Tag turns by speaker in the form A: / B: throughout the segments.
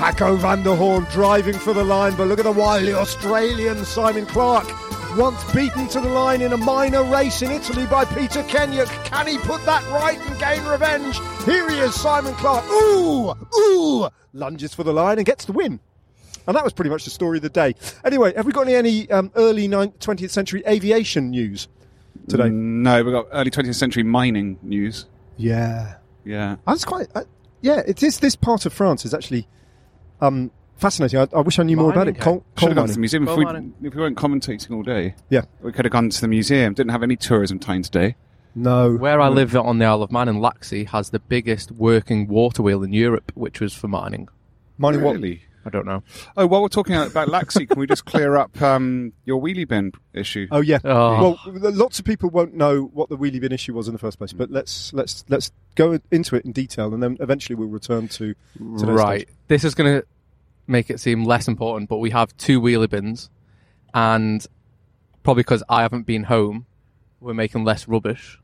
A: Marco van der Horn driving for the line, but look at the wily Australian Simon Clark. Once beaten to the line in a minor race in Italy by Peter Kenyuk. Can he put that right and gain revenge? Here he is, Simon Clark. Ooh, ooh, lunges for the line and gets the win. And that was pretty much the story of the day. Anyway, have we got any, any um, early 9th, 20th century aviation news today?
B: No, we've got early 20th century mining news.
A: Yeah.
B: Yeah.
A: That's quite. Uh, yeah, it is. This part of France is actually um, fascinating. I, I wish I knew more about
C: Mining,
A: it. Coal, coal
B: Should have gone to the
A: mining.
B: museum if
C: Coal
B: we,
C: mining.
B: if we weren't commentating all day.
A: Yeah.
B: We could have gone to the museum. Didn't have any tourism time today.
A: No.
C: Where I live on the Isle of Man in Laxey has the biggest working water wheel in Europe, which was for mining.
A: mining what?
B: Really?
C: I don't know.
B: Oh, while we're talking about Laxey, can we just clear up um, your wheelie bin issue?
A: Oh yeah.
C: Oh. Hmm.
A: Well, lots of people won't know what the wheelie bin issue was in the first place, but let's let's let's go into it in detail, and then eventually we'll return to today's
C: right. This is going to make it seem less important, but we have two wheelie bins, and probably because I haven't been home, we're making less rubbish.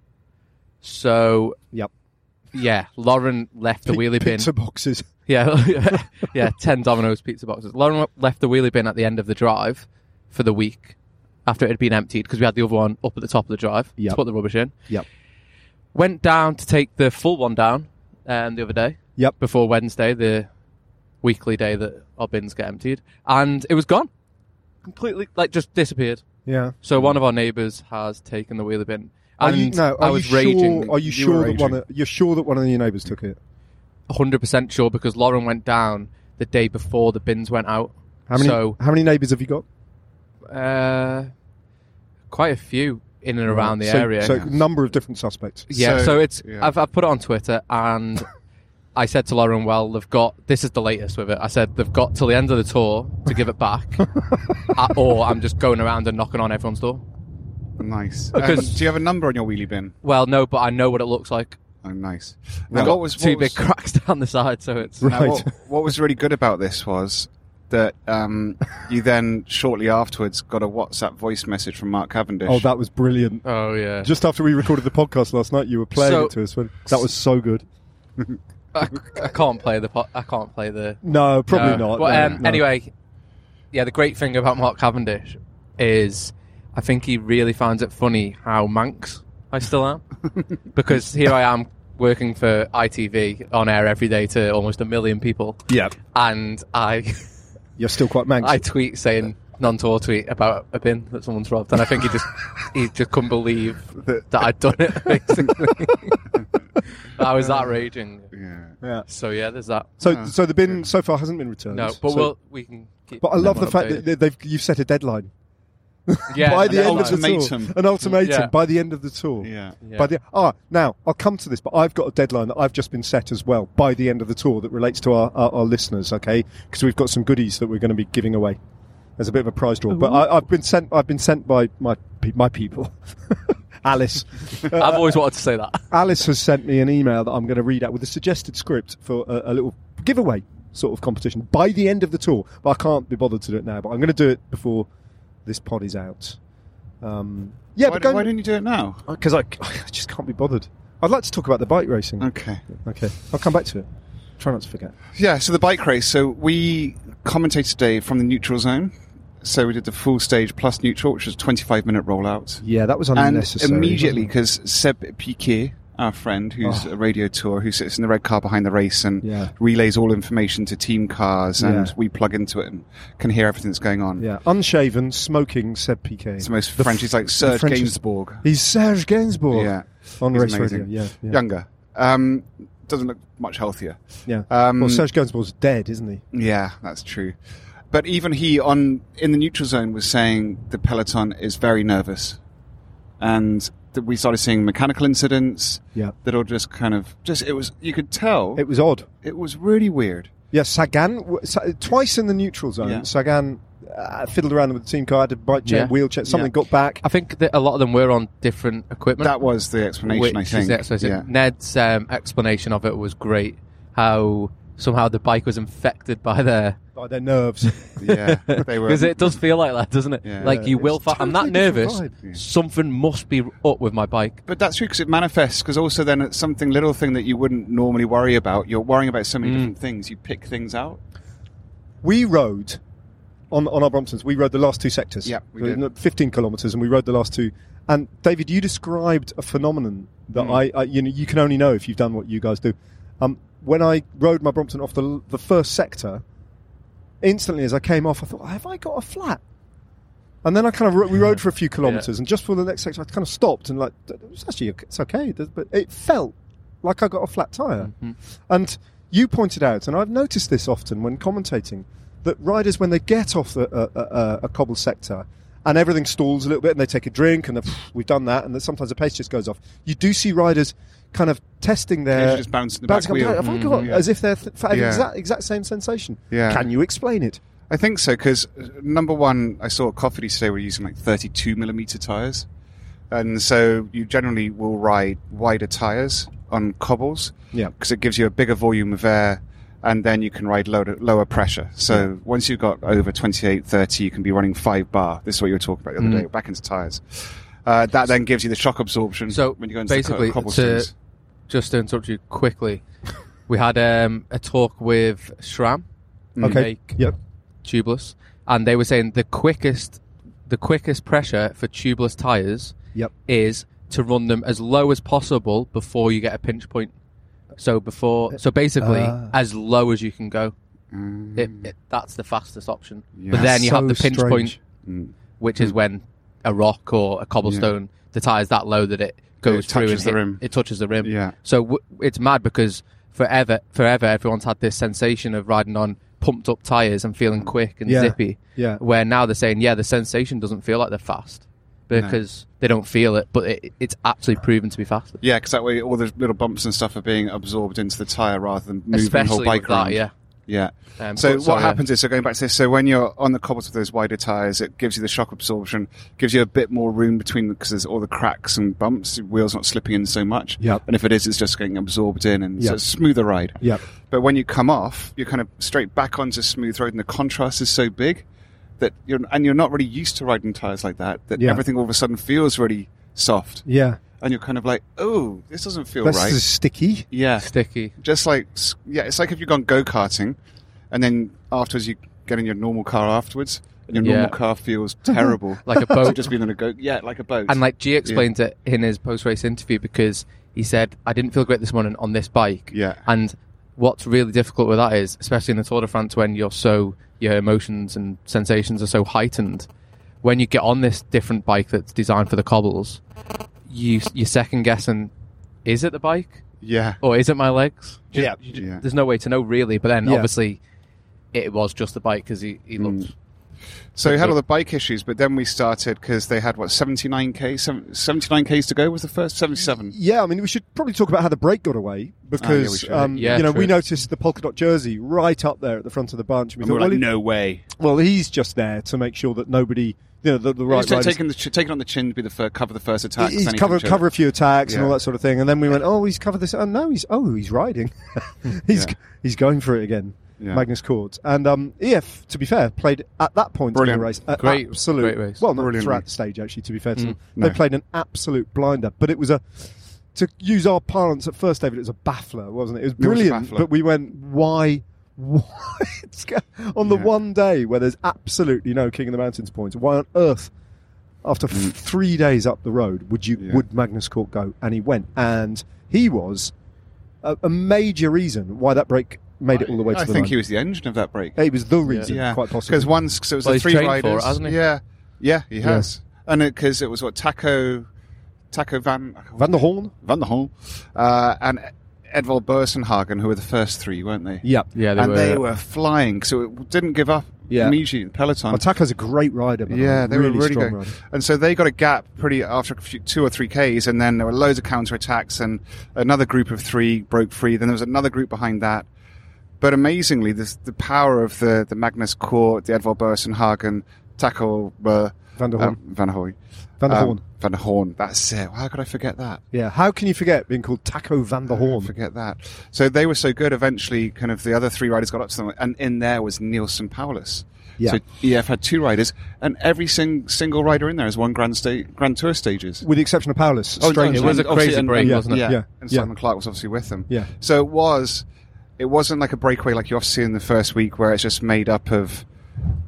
C: So,
A: Yep.
C: yeah, Lauren left the
A: Pi-
C: wheelie bin.
A: pizza boxes.
C: Yeah, yeah, ten Domino's pizza boxes. Lauren left the wheelie bin at the end of the drive for the week after it had been emptied because we had the other one up at the top of the drive
A: Yep.
C: to put the rubbish in.
A: Yep.
C: Went down to take the full one down um, the other day.
A: Yep.
C: Before Wednesday, the weekly day that our bins get emptied, and it was gone, completely like just disappeared.
A: Yeah.
C: So one of our neighbours has taken the wheelie bin,
A: Hmm. Are
C: and
A: you, no, are
C: I was
A: you sure,
C: raging.
A: Are you,
B: You
A: sure
B: were
A: that one?
B: raging.
A: Of, you're sure that one of your neighbours took it?
C: hundred percent sure because Lauren went down the day before the bins went out.
A: How many?
C: So
A: how many neighbours have you got?
C: Uh, quite a few in and around the
A: so,
C: area.
A: So number of different suspects.
C: yeah,
B: So-
C: so, it's
B: yeah.
C: I've, I've put it on Twitter and I said to Lauren, well, they've got this is the latest with it. I said they've got till the end of the tour to give it back, uh, or I'm just going around and knocking on everyone's door.
B: Nice.
C: Because-
B: Um, do you have a number on your wheelie bin?
C: Well, no, but I know what it looks like.
B: Oh, nice.
C: I've
B: Now,
C: got
B: what was
C: two
B: what
C: big
B: was-
C: cracks down the side, so it's
A: Right.
B: Now, what, what was really good about this was that um, you then shortly afterwards got a WhatsApp voice message from Mark Cavendish.
A: Oh, that was brilliant.
C: oh yeah.
A: Just after we recorded the podcast last night, you were playing
C: So-
A: it to us. When, that was so good.
C: I, I can't play the po- I can't play the
A: No, probably
C: No.
A: not.
C: But
A: no,
C: um,
A: no.
C: anyway, yeah, the great thing about Mark Cavendish is I think he really finds it funny how Manx I still am. because here I am working for ITV on air every day to almost a million people.
A: yeah,
C: And I
A: you're still quite manx.
C: I tweet saying non tour tweet about a bin that someone's robbed and I think he just he just couldn't believe that I'd done it basically. I was that raging.
B: Yeah.
A: yeah.
C: So yeah, there's that.
A: So,
B: Ah,
A: so the bin so far hasn't been returned.
C: No, but
A: So-
C: we'll we can keep
A: But I
C: them
A: love the fact
C: updated.
A: that they've you've set a deadline
C: Yeah,
A: by the
C: and
A: end of the
B: ultimatum.
A: tour. An ultimatum
C: Yeah.
A: by the end of the tour.
B: Yeah.
C: Yeah.
A: By the ah now I'll come to this, but I've got a deadline that I've just been set as well by the end of the tour that relates to our, our, our listeners. Okay, because we've got some goodies that we're going to be giving away as a bit of a prize draw. But I, I've been sent I've been sent by my pe- my people. Alice, Uh,
C: I've always wanted to say that.
A: Alice has sent me an email that I'm going to read out with a suggested script for a, a little giveaway sort of competition by the end of the tour. But I can't be bothered to do it now. But I'm going to do it before this pod is out. Um, yeah,
B: why,
A: but
B: why didn't you do it now?
A: because I, I just can't be bothered. I'd like to talk about the bike racing.
B: Okay.
A: Okay, I'll come back to it. Try not to forget.
B: Yeah, so the bike race. So we commentated today from the neutral zone. So we did the full stage plus neutral, which was a 25 minute rollout.
A: Yeah, that was
B: And
A: unnecessary.
B: immediately,
A: wasn't
B: because Seb Piquet, our friend who's
A: Oh.
B: a radio tour, who sits in the red car behind the race and
A: Yeah.
B: relays all information to team cars, and
A: Yeah.
B: we plug into it and can hear everything that's going on.
A: it? yeah, unshaven, smoking, Seb Piquet.
B: It's the most
A: The
B: French.
A: f-
B: He's like
A: the
B: Serge
A: French is-
B: Gainsbourg.
A: He's Serge Gainsbourg.
B: Yeah.
A: on
B: He's
A: race
B: amazing.
A: radio. Yeah, yeah.
B: Younger. Um, doesn't look much healthier.
A: yeah.
B: Um,
A: well, Serge Gainsbourg's dead, isn't he?
B: Yeah, that's true. But even he on in the neutral zone was saying the peloton is very nervous, and that we started seeing mechanical incidents
A: Yeah,
B: that all just kind of just it was you could tell
A: it was odd.
B: it was really weird.
A: Yeah, Sagan w- Sa- twice in the neutral zone.
B: Yeah.
A: Sagan uh, fiddled around with the team car, had a bike chain,
C: Yeah.
A: wheel check, something
B: Yeah.
A: got back.
C: I think that a lot of them were on different equipment.
B: That was the explanation,
C: which
B: I think.
C: Is the explanation.
B: Yeah.
C: Ned's um, explanation of it was great. How somehow the bike was infected by their.
A: By their nerves.
B: yeah, they were.
C: Because it does feel like that, doesn't it?
B: Yeah.
C: Like you
A: Yeah,
C: will.
A: it's
C: Fa- I'm
A: totally
C: that
A: different
C: nervous.
A: vibe.
B: Yeah.
C: Something must be up with my bike.
B: But that's true because it manifests. Because also, then it's
C: Mm.
B: something little thing that you wouldn't normally worry about. You're worrying about so many different things. You pick things out.
A: we rode on, on our Bromptons, we rode the last two sectors.
B: Yeah, we did.
A: 15 kilometres, and we rode the last two. And David, you described a phenomenon that
B: Mm.
A: I, I, you know, you can only know if you've done what you guys do. Um, when I rode my Brompton off the, the first sector, instantly as I came off, I thought, have I got a flat? And then I kind of ro- we rode for a few kilometres, and just for the next section, I kind of stopped and like it was actually ok- it's okay, th- but it felt like I got a flat tire. And you pointed out, and I've noticed this often when commentating, that riders when they get off the, uh, uh, uh, a cobble sector and everything stalls a little bit, and they take a drink, and they're, "Phew, we've done that, and then sometimes the pace just goes off. You do see riders kind of testing their
B: Occasionally just bouncing the
A: bouncing up
B: back wheel.
A: and down. Have I got-
B: Mm, yeah.
A: as if they're th- having
B: Yeah.
A: exact exact same sensation?
B: Yeah.
A: Can you explain it?
B: I think so because number one, I saw Cofferty today were using like 32 millimeter tires, and so you generally will ride wider tires on cobbles
A: Yeah.
B: because it gives you a bigger volume of air, and then you can ride lower, lower pressure. So once you've got over 28, 30, you can be running five bar. This is what you were talking about the other
C: Mm.
B: day. Back into tires. Uh, that then gives you the shock absorption.
C: So,
B: Mm. when you go into
C: basically,
B: the co-
C: to-
B: cobblestones,
C: Just to interrupt you quickly, we had um, a talk with Shram,
B: Mm.
A: Okay.
C: Make
A: Yep.
C: tubeless, and they were saying the quickest, the quickest pressure for tubeless tires
A: Yep.
C: is to run them as low as possible before you get a pinch point. So before, so basically,
A: Ah.
C: as low as you can go.
B: Mm.
C: It, it, that's the fastest option.
B: Yeah.
C: But then you
A: So
C: have the pinch
A: strange.
C: point,
B: Mm.
C: which is when a rock or a cobblestone, the tire's that low that it goes
B: It
C: through and
B: touches the
C: hit-
B: rim.
C: It touches the rim.
B: Yeah.
C: So w- it's mad because forever, forever, everyone's had this sensation of riding on pumped up tires and feeling quick and
A: Yeah.
C: zippy.
A: Yeah.
C: Where now they're saying, yeah, the sensation doesn't feel like they're fast because they don't feel it, but it, it's actually proven to be faster.
B: Yeah, because that way all the little bumps and stuff are being absorbed into the tire rather than moving the whole
C: Especially
B: bike
C: with
B: around.
C: that, yeah.
B: Yeah.
C: Um,
B: so
C: but-
B: what
C: sorry, yeah.
B: happens is, so going back to this, so when you're on the cobbles with those wider tires, it gives you the shock absorption, gives you a bit more room between because there's all the cracks and bumps, your wheel's not slipping in so much.
A: Yep.
B: And if it is, it's just getting absorbed in, and
A: Yep.
B: so it's a smoother ride.
A: Yep.
B: But when you come off, you're kind of straight back onto smooth road, and the contrast is so big that you're and you're not really used to riding tires like that. That
A: Yeah.
B: everything all of a sudden feels really soft,
A: Yeah.
B: and you're kind of like, oh, this doesn't feel
A: This
B: right.
A: is sticky.
B: yeah,
C: Sticky.
B: just like yeah, it's like if you've gone go karting, and then afterwards you get in your normal car afterwards, and your normal
C: Yeah.
B: car feels terrible.
C: Like a
B: So
C: boat.
B: just being in a go, yeah, like a boat.
C: And like G explained it in his post race interview because he said, I didn't feel great this morning on this bike.
B: Yeah.
C: And what's really difficult with that is, especially in the Tour de France when you're so your emotions and sensations are so heightened, when you get on this different bike that's designed for the cobbles, you you're second guessing is it the bike?
B: yeah,
C: Or is it my legs? Ju-
A: Yeah.
C: ju-
B: Yeah.
C: There's no way to know really, but then
A: Yeah. Mm.
C: obviously it was just the bike because he, he looked
B: so we had all the bike issues, but then we started because they had what seventy nine k, seventy nine k's to go was the first seventy seven.
A: Yeah, I mean, we should probably talk about how the break got away because
B: Ah, should.
A: um,
C: Yeah,
A: you know we
C: true.
A: noticed the polka dot jersey right up there at the front of the bunch. And we
B: And
A: thought,
B: we were like,
A: well, he-
B: no way.
A: well, he's just there to make sure that nobody, you know, the, the right
B: Just
A: riders.
B: taking the ch- taking on the chin to be the first, cover the first attack.
A: he's
B: then he
A: cover
B: can chill.
A: cover a few attacks and
B: Yeah.
A: all that sort of thing. And then we went, oh, he's covered this. Oh no, he's oh he's riding. he's
B: Yeah.
A: he's going for it again.
B: Yeah.
A: Magnus Cords and um, EF, to be fair, played at that point in
B: Brilliant.
A: the race. a
C: Great-
A: absolute,
C: great race.
A: Well, not
B: Brilliant
A: throughout
B: race. Mm.
A: the stage actually. To be fair to them,
B: No.
A: they played an absolute blinder. But it was a to use our parlance at first, David, it was a baffler, wasn't it? It was
B: was a
A: brilliant.
B: baffler.
A: but we went, why? Why? It's go- on the
B: Yeah.
A: one day where there's absolutely no King of the Mountains points, why on earth after f- three days up the road, would you
B: Mm. Yeah.
A: would Magnus Cork go? And he went, and he was a, a major reason why that break made it all the way to
B: I
A: the
B: think
A: line.
B: he was the engine of that break.
A: It was the reason,
B: Yeah,
A: quite possibly.
B: Because once, because it was
C: Well,
B: the
C: he's
B: three
C: trained for it,
B: riders,
C: hasn't he?
B: Yeah, yeah, he
A: Yeah.
B: has. And because it, was what Taco, Taco Van
A: Van der Horn.
B: Van der Hol, uh, and Edvald Bursenhagen, who were the first three, weren't they?
A: Yeah,
C: Yeah, they
B: and
C: were
B: they were flying, so it didn't give up
A: Yeah.
B: immediately. Peloton,
A: Otaka's a great rider. man.
B: yeah, they
A: really
B: were really
A: strong
B: good.
A: rider.
B: And so they got a gap pretty after a few, two or three Ks, and then there were loads of counterattacks, and another group of three broke free. Then there was another group behind that. But amazingly, this, the power of the, the Magnus Court, the Edvald Bursenhagen, Tackle uh,
A: Van der Horn.
B: um, Van der Hoy.
A: Van der
B: Um,
A: Horn.
B: Van der Horn. That's it. How could I forget that?
A: Yeah, how can you forget being called Taco Van der Horn?
B: Forget that. So they were so good. Eventually, kind of the other three riders got up to them, and in there was Nielsen Paulus.
A: Yeah.
B: So EF had two riders, and every sing- single rider in there has won Grand sta- Grand Tour stages.
A: With the exception of
B: Oh,
A: Paulus. Strange.
C: it was a
B: obviously,
C: crazy break,
A: Yeah,
C: wasn't it?
B: Yeah.
A: yeah,
B: And
A: yeah.
B: Simon Clark was obviously with them.
A: Yeah.
B: So it was it wasn't like a breakaway like you often see in the first week where it's just made up of.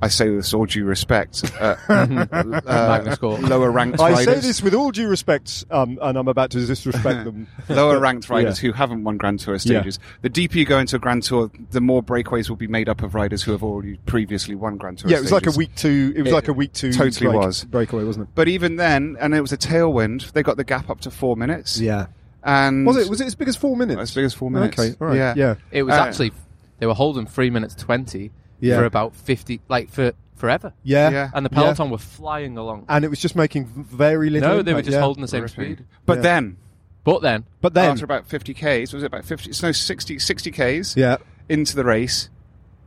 B: I say this all due respect. Uh,
C: Magnus
B: uh,
C: Corp.
B: lower ranked
A: I
B: riders.
A: say this with all due respect, um, and I'm about to disrespect them.
B: lower ranked riders who haven't won Grand Tour stages. The deeper you go into a Grand Tour, the more breakaways will be made up of riders who have already previously won Grand Tour.
A: Yeah, it was like a
B: stages.
A: week two. It was
B: It
A: like a week two.
B: totally
A: break-
B: was.
A: breakaway, wasn't
B: But even then, and it was a tailwind. They got the gap up to four minutes.
A: it? Yeah.
B: and Oh,
A: Was it? Was it as big as four minutes?
B: as big as four minutes?
A: Okay. All right. Yeah.
C: It was
B: Uh,
C: actually they were holding three minutes twenty
A: Yeah.
C: for about fifty, like for forever.
A: Yeah.
B: Yeah.
C: And the
A: Yeah.
C: peloton were flying along.
A: And it was just making v- very little.
C: no, they were
A: impact,
C: just
A: yeah.
C: holding the same
B: Horrific.
C: speed.
B: But
A: Yeah.
B: then,
C: But then,
A: But then,
B: after about 50 Ks, was it about 50? It's no, 60, 60 Ks
A: yeah,
B: into the race,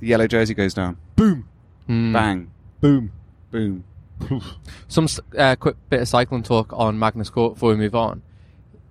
B: the yellow jersey goes down.
A: boom,
C: Hmm.
B: Bang.
A: boom.
B: Boom.
C: some s- uh, quick bit of cycling talk on Magnus Court before we move on.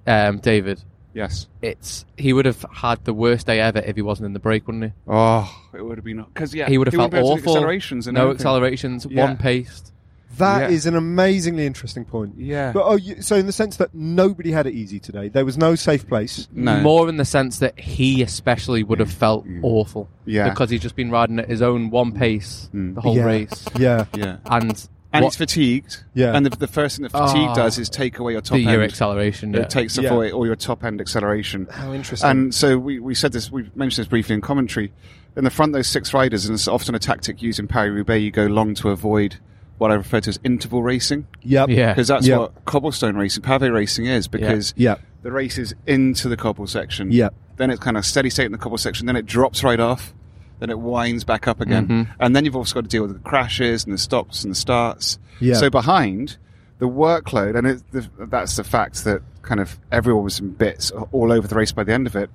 C: Um, David,
B: Yes.
C: it's he would have had the worst day ever if he wasn't in the break, wouldn't he?
B: Oh, it would have been. Because, yeah,
C: he would have
B: wouldn't
C: felt
B: be able to do
C: awful.
B: Accelerations and
C: no
B: everything.
C: accelerations,
B: Yeah.
C: one paced.
A: That is
B: Yeah.
A: an amazingly interesting point.
B: Yeah.
A: But oh, you, so in the sense that nobody had it easy today, there was no safe place.
B: no. Mm.
C: More in the sense that he especially would have felt awful.
B: Yeah.
C: Because he'd just been riding at his own one pace
B: Mm.
C: the whole
A: Yeah.
C: race.
A: Yeah,
B: Yeah.
C: And,
B: And
C: what
B: he's fatigued.
A: Yeah. Ah.
B: And the, the first thing that fatigue
C: Oh.
B: does is take away your top
C: the
B: end.
C: year acceleration. Yeah.
B: It takes
A: Yeah.
B: away all your top end acceleration.
A: how interesting.
B: And so we, we said this, we mentioned this briefly in commentary. In the front, those six riders, and it's often a tactic used in Paris Roubaix, you go long to avoid what I refer to as interval racing,
A: yep.
C: Yeah.
B: because that's
A: Yeah.
B: what cobblestone racing, pave racing is, because
A: Yeah.
B: the race is into the cobble section.
A: Yeah.
B: Then it's kind of steady state in the cobble section, then it drops right off, then it winds back up again. And then you've also got to deal with the crashes and the stops and the starts.
A: Yeah.
B: So behind the workload, and it, the, that's the fact that kind of everyone was in bits all over the race by the end of it,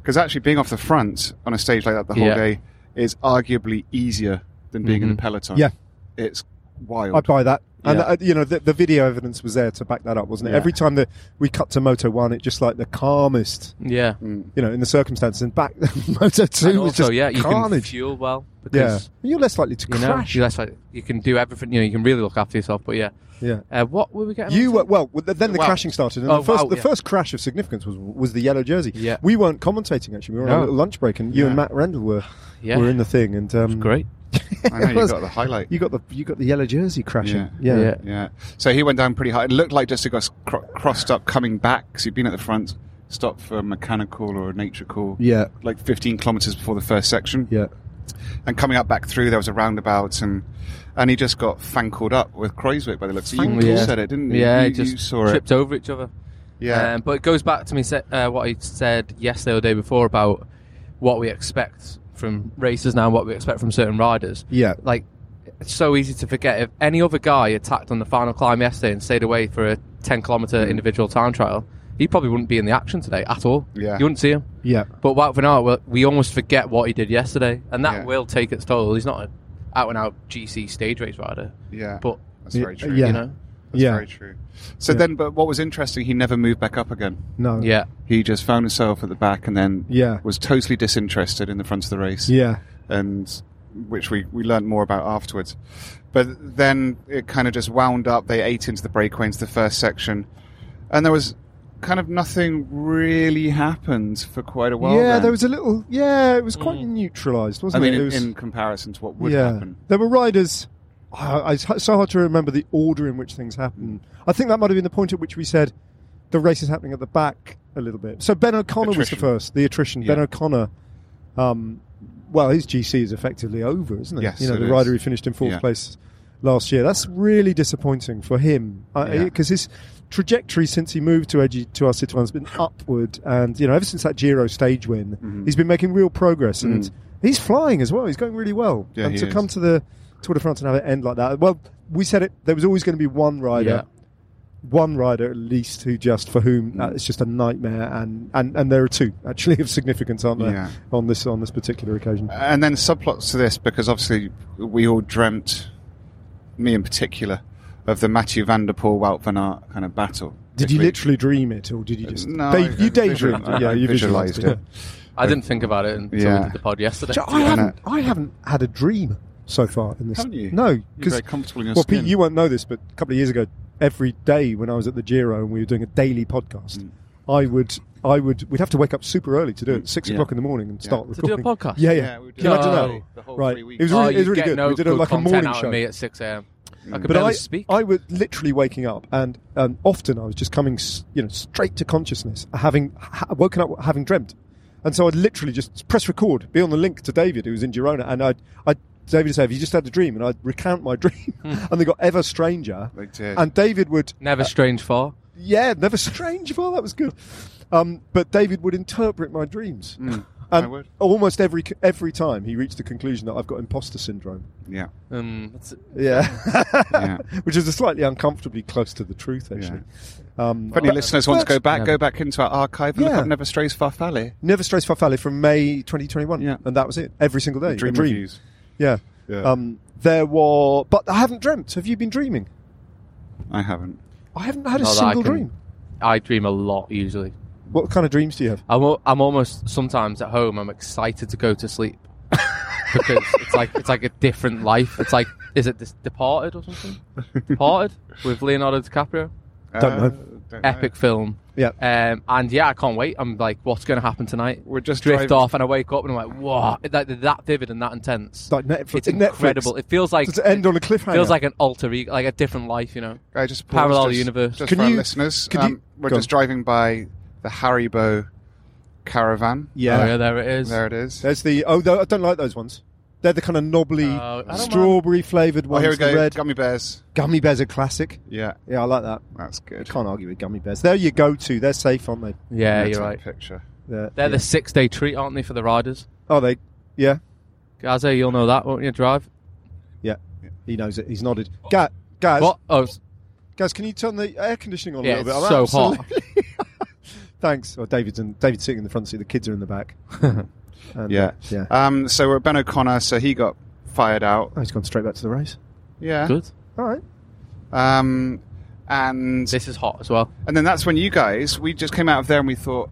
B: because actually being off the front on a stage like that the whole
C: Yeah.
B: day is arguably easier than being in the peloton.
A: Yeah.
B: It's wild.
A: I'd buy that. And
B: Yeah.
A: uh, you know the, the video evidence was there to back that up, wasn't it?
B: Yeah.
A: Every time that we cut to Moto One, it just like the calmest,
C: yeah.
B: Mm.
A: you know, in the circumstances. And back Moto Two
C: And
A: was
C: also,
A: just
C: yeah, you can
A: carnage.
C: fuel well
A: yeah,
C: because
A: you're less likely to
C: you know
A: crash.
C: you less like you can do everything. You know, you can really look after yourself. But yeah,
A: yeah,
C: uh, what were we getting?
A: You
C: onto?
A: were, well, well, then the
C: Wow.
A: crashing started, and
C: Oh,
A: the, first,
C: wow,
A: the
C: yeah.
A: first crash of significance was was the yellow jersey.
C: Yeah.
A: we weren't commentating actually; we were on a
C: No.
A: little lunch break, and you and
B: Yeah.
A: Matt Rendell were
C: Yeah.
A: were in the thing, and um,
C: great.
B: I know
A: it
B: you
A: was-
B: got the highlight.
A: You got the you got the yellow jersey crashing. Yeah,
B: Yeah.
A: yeah,
B: Yeah. So he went down pretty high. It looked like just he got cro- crossed up coming back because he'd been at the front, stopped for a mechanical or a nature call,
A: yeah.
B: like 15 kilometers before the first section. And coming up back through, there was a roundabout and and he just got fankled up with Kreuzwick by the looks. You,
C: Fankled?
B: you
C: Yeah.
B: said it, didn't you?
C: Yeah,
B: you,
C: just
B: you saw
C: tripped over each other.
B: it. Yeah.
C: Um, but it goes back to me se- uh, what I said yesterday or the day before about what we expect from racers now, and what we expect from certain riders.
A: Yeah.
C: Like, it's so easy to forget. If any other guy attacked on the final climb yesterday and stayed away for a 10
B: Mm.
C: kilometre individual time trial, he probably wouldn't be in the action today at all.
B: Yeah.
C: You wouldn't see him.
A: yeah.
C: But Wout van Aert, well, we almost forget what he did yesterday, and that
B: Yeah.
C: will take its toll. He's not an out and out GC stage race rider,
B: yeah.
C: but
B: That's very true.
A: Yeah.
C: you know,
B: That's
A: Yeah.
B: very true. So
A: Yeah.
B: then, but what was interesting, he never moved back up again.
A: No.
C: yeah,
B: He just found himself at the back and then
A: Yeah.
B: was totally disinterested in the front of the race.
A: Yeah.
B: and which we, we learned more about afterwards. But then it kind of just wound up. They ate into the breakaway into the first section, and there was kind of nothing really happened for quite a while.
A: yeah,
B: then.
A: there was a little. Yeah, it was quite
C: Mm.
A: neutralised,
B: I
A: wasn't
B: mean,
A: it? It
B: in,
A: was-
B: in comparison to what would happen.
A: There were riders. I, it's h- so hard to remember the order in which things happen.
B: Mm.
A: I think that might have been the point at which we said the race is happening at the back a little bit. So Ben O'Connor was the
B: Attrition.
A: first, the attrition. Ben
B: Yeah.
A: O'Connor, um, well, his GC is effectively over, isn't it?
B: Yes,
A: you know,
B: it
A: the
B: is.
A: rider who finished in fourth
B: Yeah.
A: place last year. That's really disappointing for him
B: Yeah.
A: because his trajectory since he moved to Edgy to our Citroën has been upward, and you know, ever since that Giro stage win,
B: Mm-hmm.
A: he's been making real progress and.
B: Mm.
A: He's flying as well. He's going really well
B: Yeah,
A: and
B: he
A: to
B: is.
A: come to the Tour de France and have it end like that. Well, we said it. There was always going to be one rider, one rider at least, who just for whom uh, it's just a nightmare. And, and and there are two actually of significance, aren't there,
B: Yeah. Uh,
A: on this on this particular occasion?
B: And then subplots to this, because obviously we all dreamt, me in particular, of the Matthew Van Der Poel Wout Van Aert kind of battle.
A: Did you
B: Particularly-
A: literally dream it, or did you just?
B: Uh, No,
A: They-
B: I- I
A: you daydreamed.
B: visual-
A: yeah,
B: I
A: you
B: visualised
A: visualized
B: it.
A: it.
C: I didn't think about it until
B: Yeah.
C: we did the pod yesterday.
A: So oh, I haven't.
B: it.
A: I haven't had a dream so far in this.
B: Haven't you?
A: No,
B: You're
A: because
B: very comfortable in your
A: Well,
B: skin.
A: Pete, you won't know this, but
B: Mm.
A: a couple of years ago, every day when I was at the Giro and we were doing a daily podcast, I would I would. We'd have to wake up super early to do it, six
B: Yeah.
A: o'clock in the morning, and start
C: To do a
A: recording.
C: podcast?
A: Yeah, yeah.
B: we did
A: Can you
C: it
A: imagine
C: all
A: that?
C: day,
B: The whole
A: Right.
B: three weeks.
A: It was really,
C: Oh,
A: it was
C: you'd
A: really
C: get
A: good.
C: No
A: we did
C: good
A: it like a
C: content
A: morning
C: out
A: show. Mm.
C: Of me at six a.m. I could
A: but
C: barely
A: I,
C: speak.
A: I was literally waking up, and um, often I was just coming, s- you know, straight to consciousness, having ha- woken up, having dreamt, and so I'd literally just press record, be on the link to David, who was in Girona, and I'd, I'd David would say, "Have you just had a dream?" And I'd recount my dream, and they got ever stranger,
B: They did.
A: and David would
C: Hmm.
A: uh,
C: Never strange far.
A: yeah, never strange. Well, that was good. Um, but David would interpret my dreams. And
B: Hmm. I would.
A: almost every every time he reached the conclusion that I've got imposter syndrome.
B: yeah.
C: Um, that's-
A: Yeah.
B: Yeah.
A: Which is a slightly uncomfortably close to the truth, actually. Um,
B: If any
A: but-
B: listeners want to
A: but
B: go back,
C: Yeah.
B: go back into our archive and look
A: Yeah.
B: up Never Strays Far Valley.
A: Never Strays Far Valley from May 2021.
B: Yeah.
A: And that was it. Every single day.
B: Dream
A: a dream.
B: reviews.
A: Yeah.
B: Yeah.
A: Um, there were. But I haven't dreamt. Have you been dreaming?
B: I haven't.
A: I haven't had a
C: Not that I
A: single
C: can-
A: dream.
C: I dream a lot usually.
A: What kind of dreams do you have?
C: I'm, al- I'm almost sometimes at home. I'm excited to go to sleep because it's like it's like a different life. It's like is it this Departed or something? Departed with Leonardo DiCaprio,
A: Don't know.
B: Uh, don't know.
C: epic film.
A: Yeah.
C: Um, and yeah, I can't wait. I'm like, what's going to happen tonight?
B: We're just
C: drift
B: driving-
C: off, and I wake up and I'm like, wow, that, that vivid and that intense.
A: Like Netflix.
C: it's incredible.
A: Netflix.
C: It feels like
A: Does it end on a cliffhanger?
C: feels like an alter ego, like a different life. You know,
B: I just paused
C: Parallel
B: just-
C: universe.
B: Just
A: Can
B: for our
A: you-
B: listeners,
A: can
B: um,
A: you-
B: we're
A: go
B: just driving by the Haribo caravan.
A: Yeah.
C: Oh, yeah, there it is.
B: There it is.
A: There's the oh, tho- I don't like those ones. They're the kind of knobbly,
C: Oh, I don't
A: strawberry flavored
B: Oh,
A: ones.
B: here we go.
A: The red
B: Gummy bears.
A: gummy bears are classic.
B: Yeah,
A: Yeah, I like that.
B: that's good.
A: Can't argue with gummy bears. They're your go-to. They're safe, aren't they?
C: Yeah,
B: That's
C: you're
B: my
C: right.
B: Picture.
A: They're,
C: They're
A: yeah.
C: the six day treat, aren't they, for the riders?
A: Oh, they. Yeah,
C: Gaza, you'll know that, won't you? Drive.
A: yeah. He knows it. He's nodded. Ga- Gaz,
C: What? Oh, s-
A: Gaz, can you turn the air conditioning on a
C: Yeah,
A: little bit?
C: it's
A: I'm
C: so hot.
A: absolutely- Thanks. Well, David's in, David's sitting in the front seat. The kids are in the back. And,
B: Yeah.
A: yeah.
B: Um, so we're at Ben O'Connor, so he got fired out.
A: oh, he's gone straight back to the race.
B: Yeah.
C: good.
A: All right.
B: Um, and
C: This is hot as well.
B: and then that's when you guys we just came out of there and we thought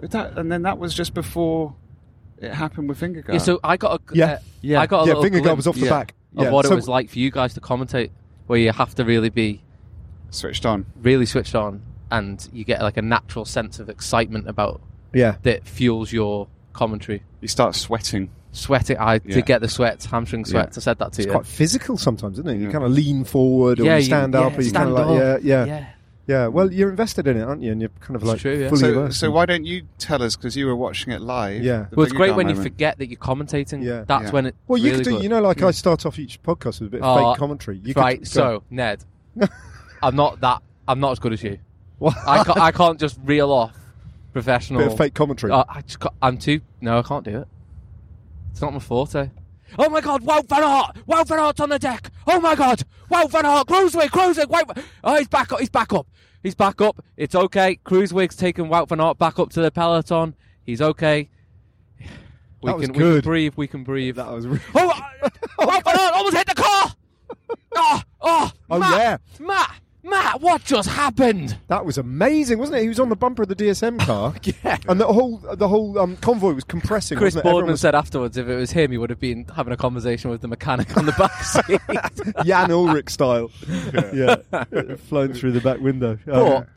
B: "Is that and then that was just before it happened with Finger
C: Yeah, so I got a
A: Yeah.
C: uh,
B: Yeah.
C: I got
A: yeah,
C: a little
A: finger
C: glimpse
A: gloves off the
B: yeah,
A: back.
C: of
A: yeah.
C: what
A: so-
C: it was like for you guys to commentate, where you have to really be
B: switched on.
C: really switched on, and you get like a natural sense of excitement about
A: Yeah.
C: that fuels your commentary.
B: You start sweating.
C: Sweating, I
B: Yeah.
C: to get the sweats, hamstring sweats. I said that to
A: It's
C: you.
A: quite physical sometimes, isn't it? You
B: Yeah.
A: kind of lean forward or
C: Yeah,
A: you
C: you-
A: stand up
C: yeah,
A: or you kind
C: stand
A: of like,
C: up.
A: yeah, yeah, yeah,
C: yeah.
A: Well, you're invested in it, aren't you? And you're kind of
C: It's
A: like
C: true, yeah.
A: fully
B: So,
A: immersed
B: so
A: in it.
B: why don't you tell us because you were watching it live?
A: Yeah.
B: the
C: Well, it's
B: Finger
C: great
B: Gun
C: when you
B: moment.
C: forget that you're commentating.
A: Yeah.
C: That's
B: Yeah.
C: when it.
A: Well, you
C: really
A: could do,
C: good.
A: you know, like I start off each podcast with a bit of
C: Oh,
A: fake commentary. You
C: right,
A: could, go-
C: so Ned, I'm not that. I'm not as good as you.
A: What?
C: I can't, I can't just reel off professional.
A: bit of fake commentary.
C: Uh, I just ca- I'm too. No, I can't do it. It's not my forte. Oh my God! Wout van Aert! Wout van Aert's on the deck! Oh my God! Wout van Aert! Cruisewig! Cruisewig! Wout! Oh, he's back up! He's back up! He's back up! It's okay. Cruisewig's taken Wout van Aert back up to the peloton. He's okay. We
A: That was
C: can we
A: good.
C: can breathe. We can breathe.
A: that was really,
C: Oh, uh, Wout van Aert almost hit the car! Oh, oh,
A: Oh,
C: Matt, Matt, Matt, what just happened?
A: that was amazing, wasn't it? He was on the bumper of the DSM car,
C: Yeah.
A: and the whole the whole um, convoy was compressing.
C: Chris
A: wasn't it? Everyone
C: Boardman
A: was-
C: said afterwards if it was him, he would have been having a conversation with the mechanic on the back seat.
A: Jan Ulrich style, yeah, flown through the back window. Uh,
C: but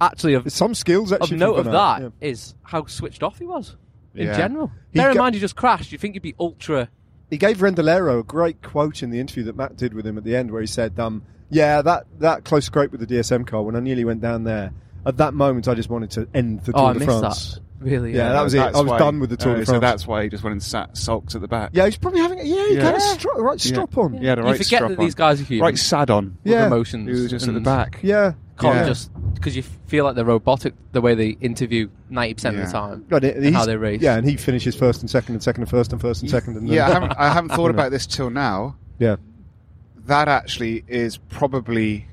C: actually, of,
A: there's some skills
C: of
A: actually.
C: note of
A: from
C: that is
A: yeah.
C: how switched off he was in
B: Yeah.
C: general.
A: He
C: Bear in
A: go-
C: mind, you just crashed. You think you'd be ultra.
A: He gave Rendolero a great quote in the interview that Matt did with him at the end, where he said, um, "Yeah, that that close scrape with the DSM car when I nearly went down there. At that moment, I just wanted to end the Tour
C: Oh, I
A: de
C: missed
A: France."
C: that. Really?
A: Yeah, that was it.
B: That's
A: I was
B: why-
A: done with the Tour de
B: uh, So
A: France.
B: that's why he just went and sat sulked at the back.
A: Yeah, he's probably having. Yeah, he
B: Yeah.
A: got a stro- right
B: Yeah.
A: strop on.
B: Yeah, the
C: You
B: right
C: forget
B: strap
C: that
B: on.
C: these guys are human.
B: right sad on.
C: With
A: Yeah.
C: emotions.
B: He was just at the
C: and
B: back.
A: yeah.
C: Can't
B: Yeah.
C: just because you feel like they're robotic the way they interview ninety percent of
B: Yeah.
C: the time.
A: But it-
C: and
A: he's-
C: how they race.
A: Yeah, and he finishes first and second and second and first and first and second and then-
B: Yeah, I haven't, I haven't thought about this till now.
A: yeah.
B: That actually is probably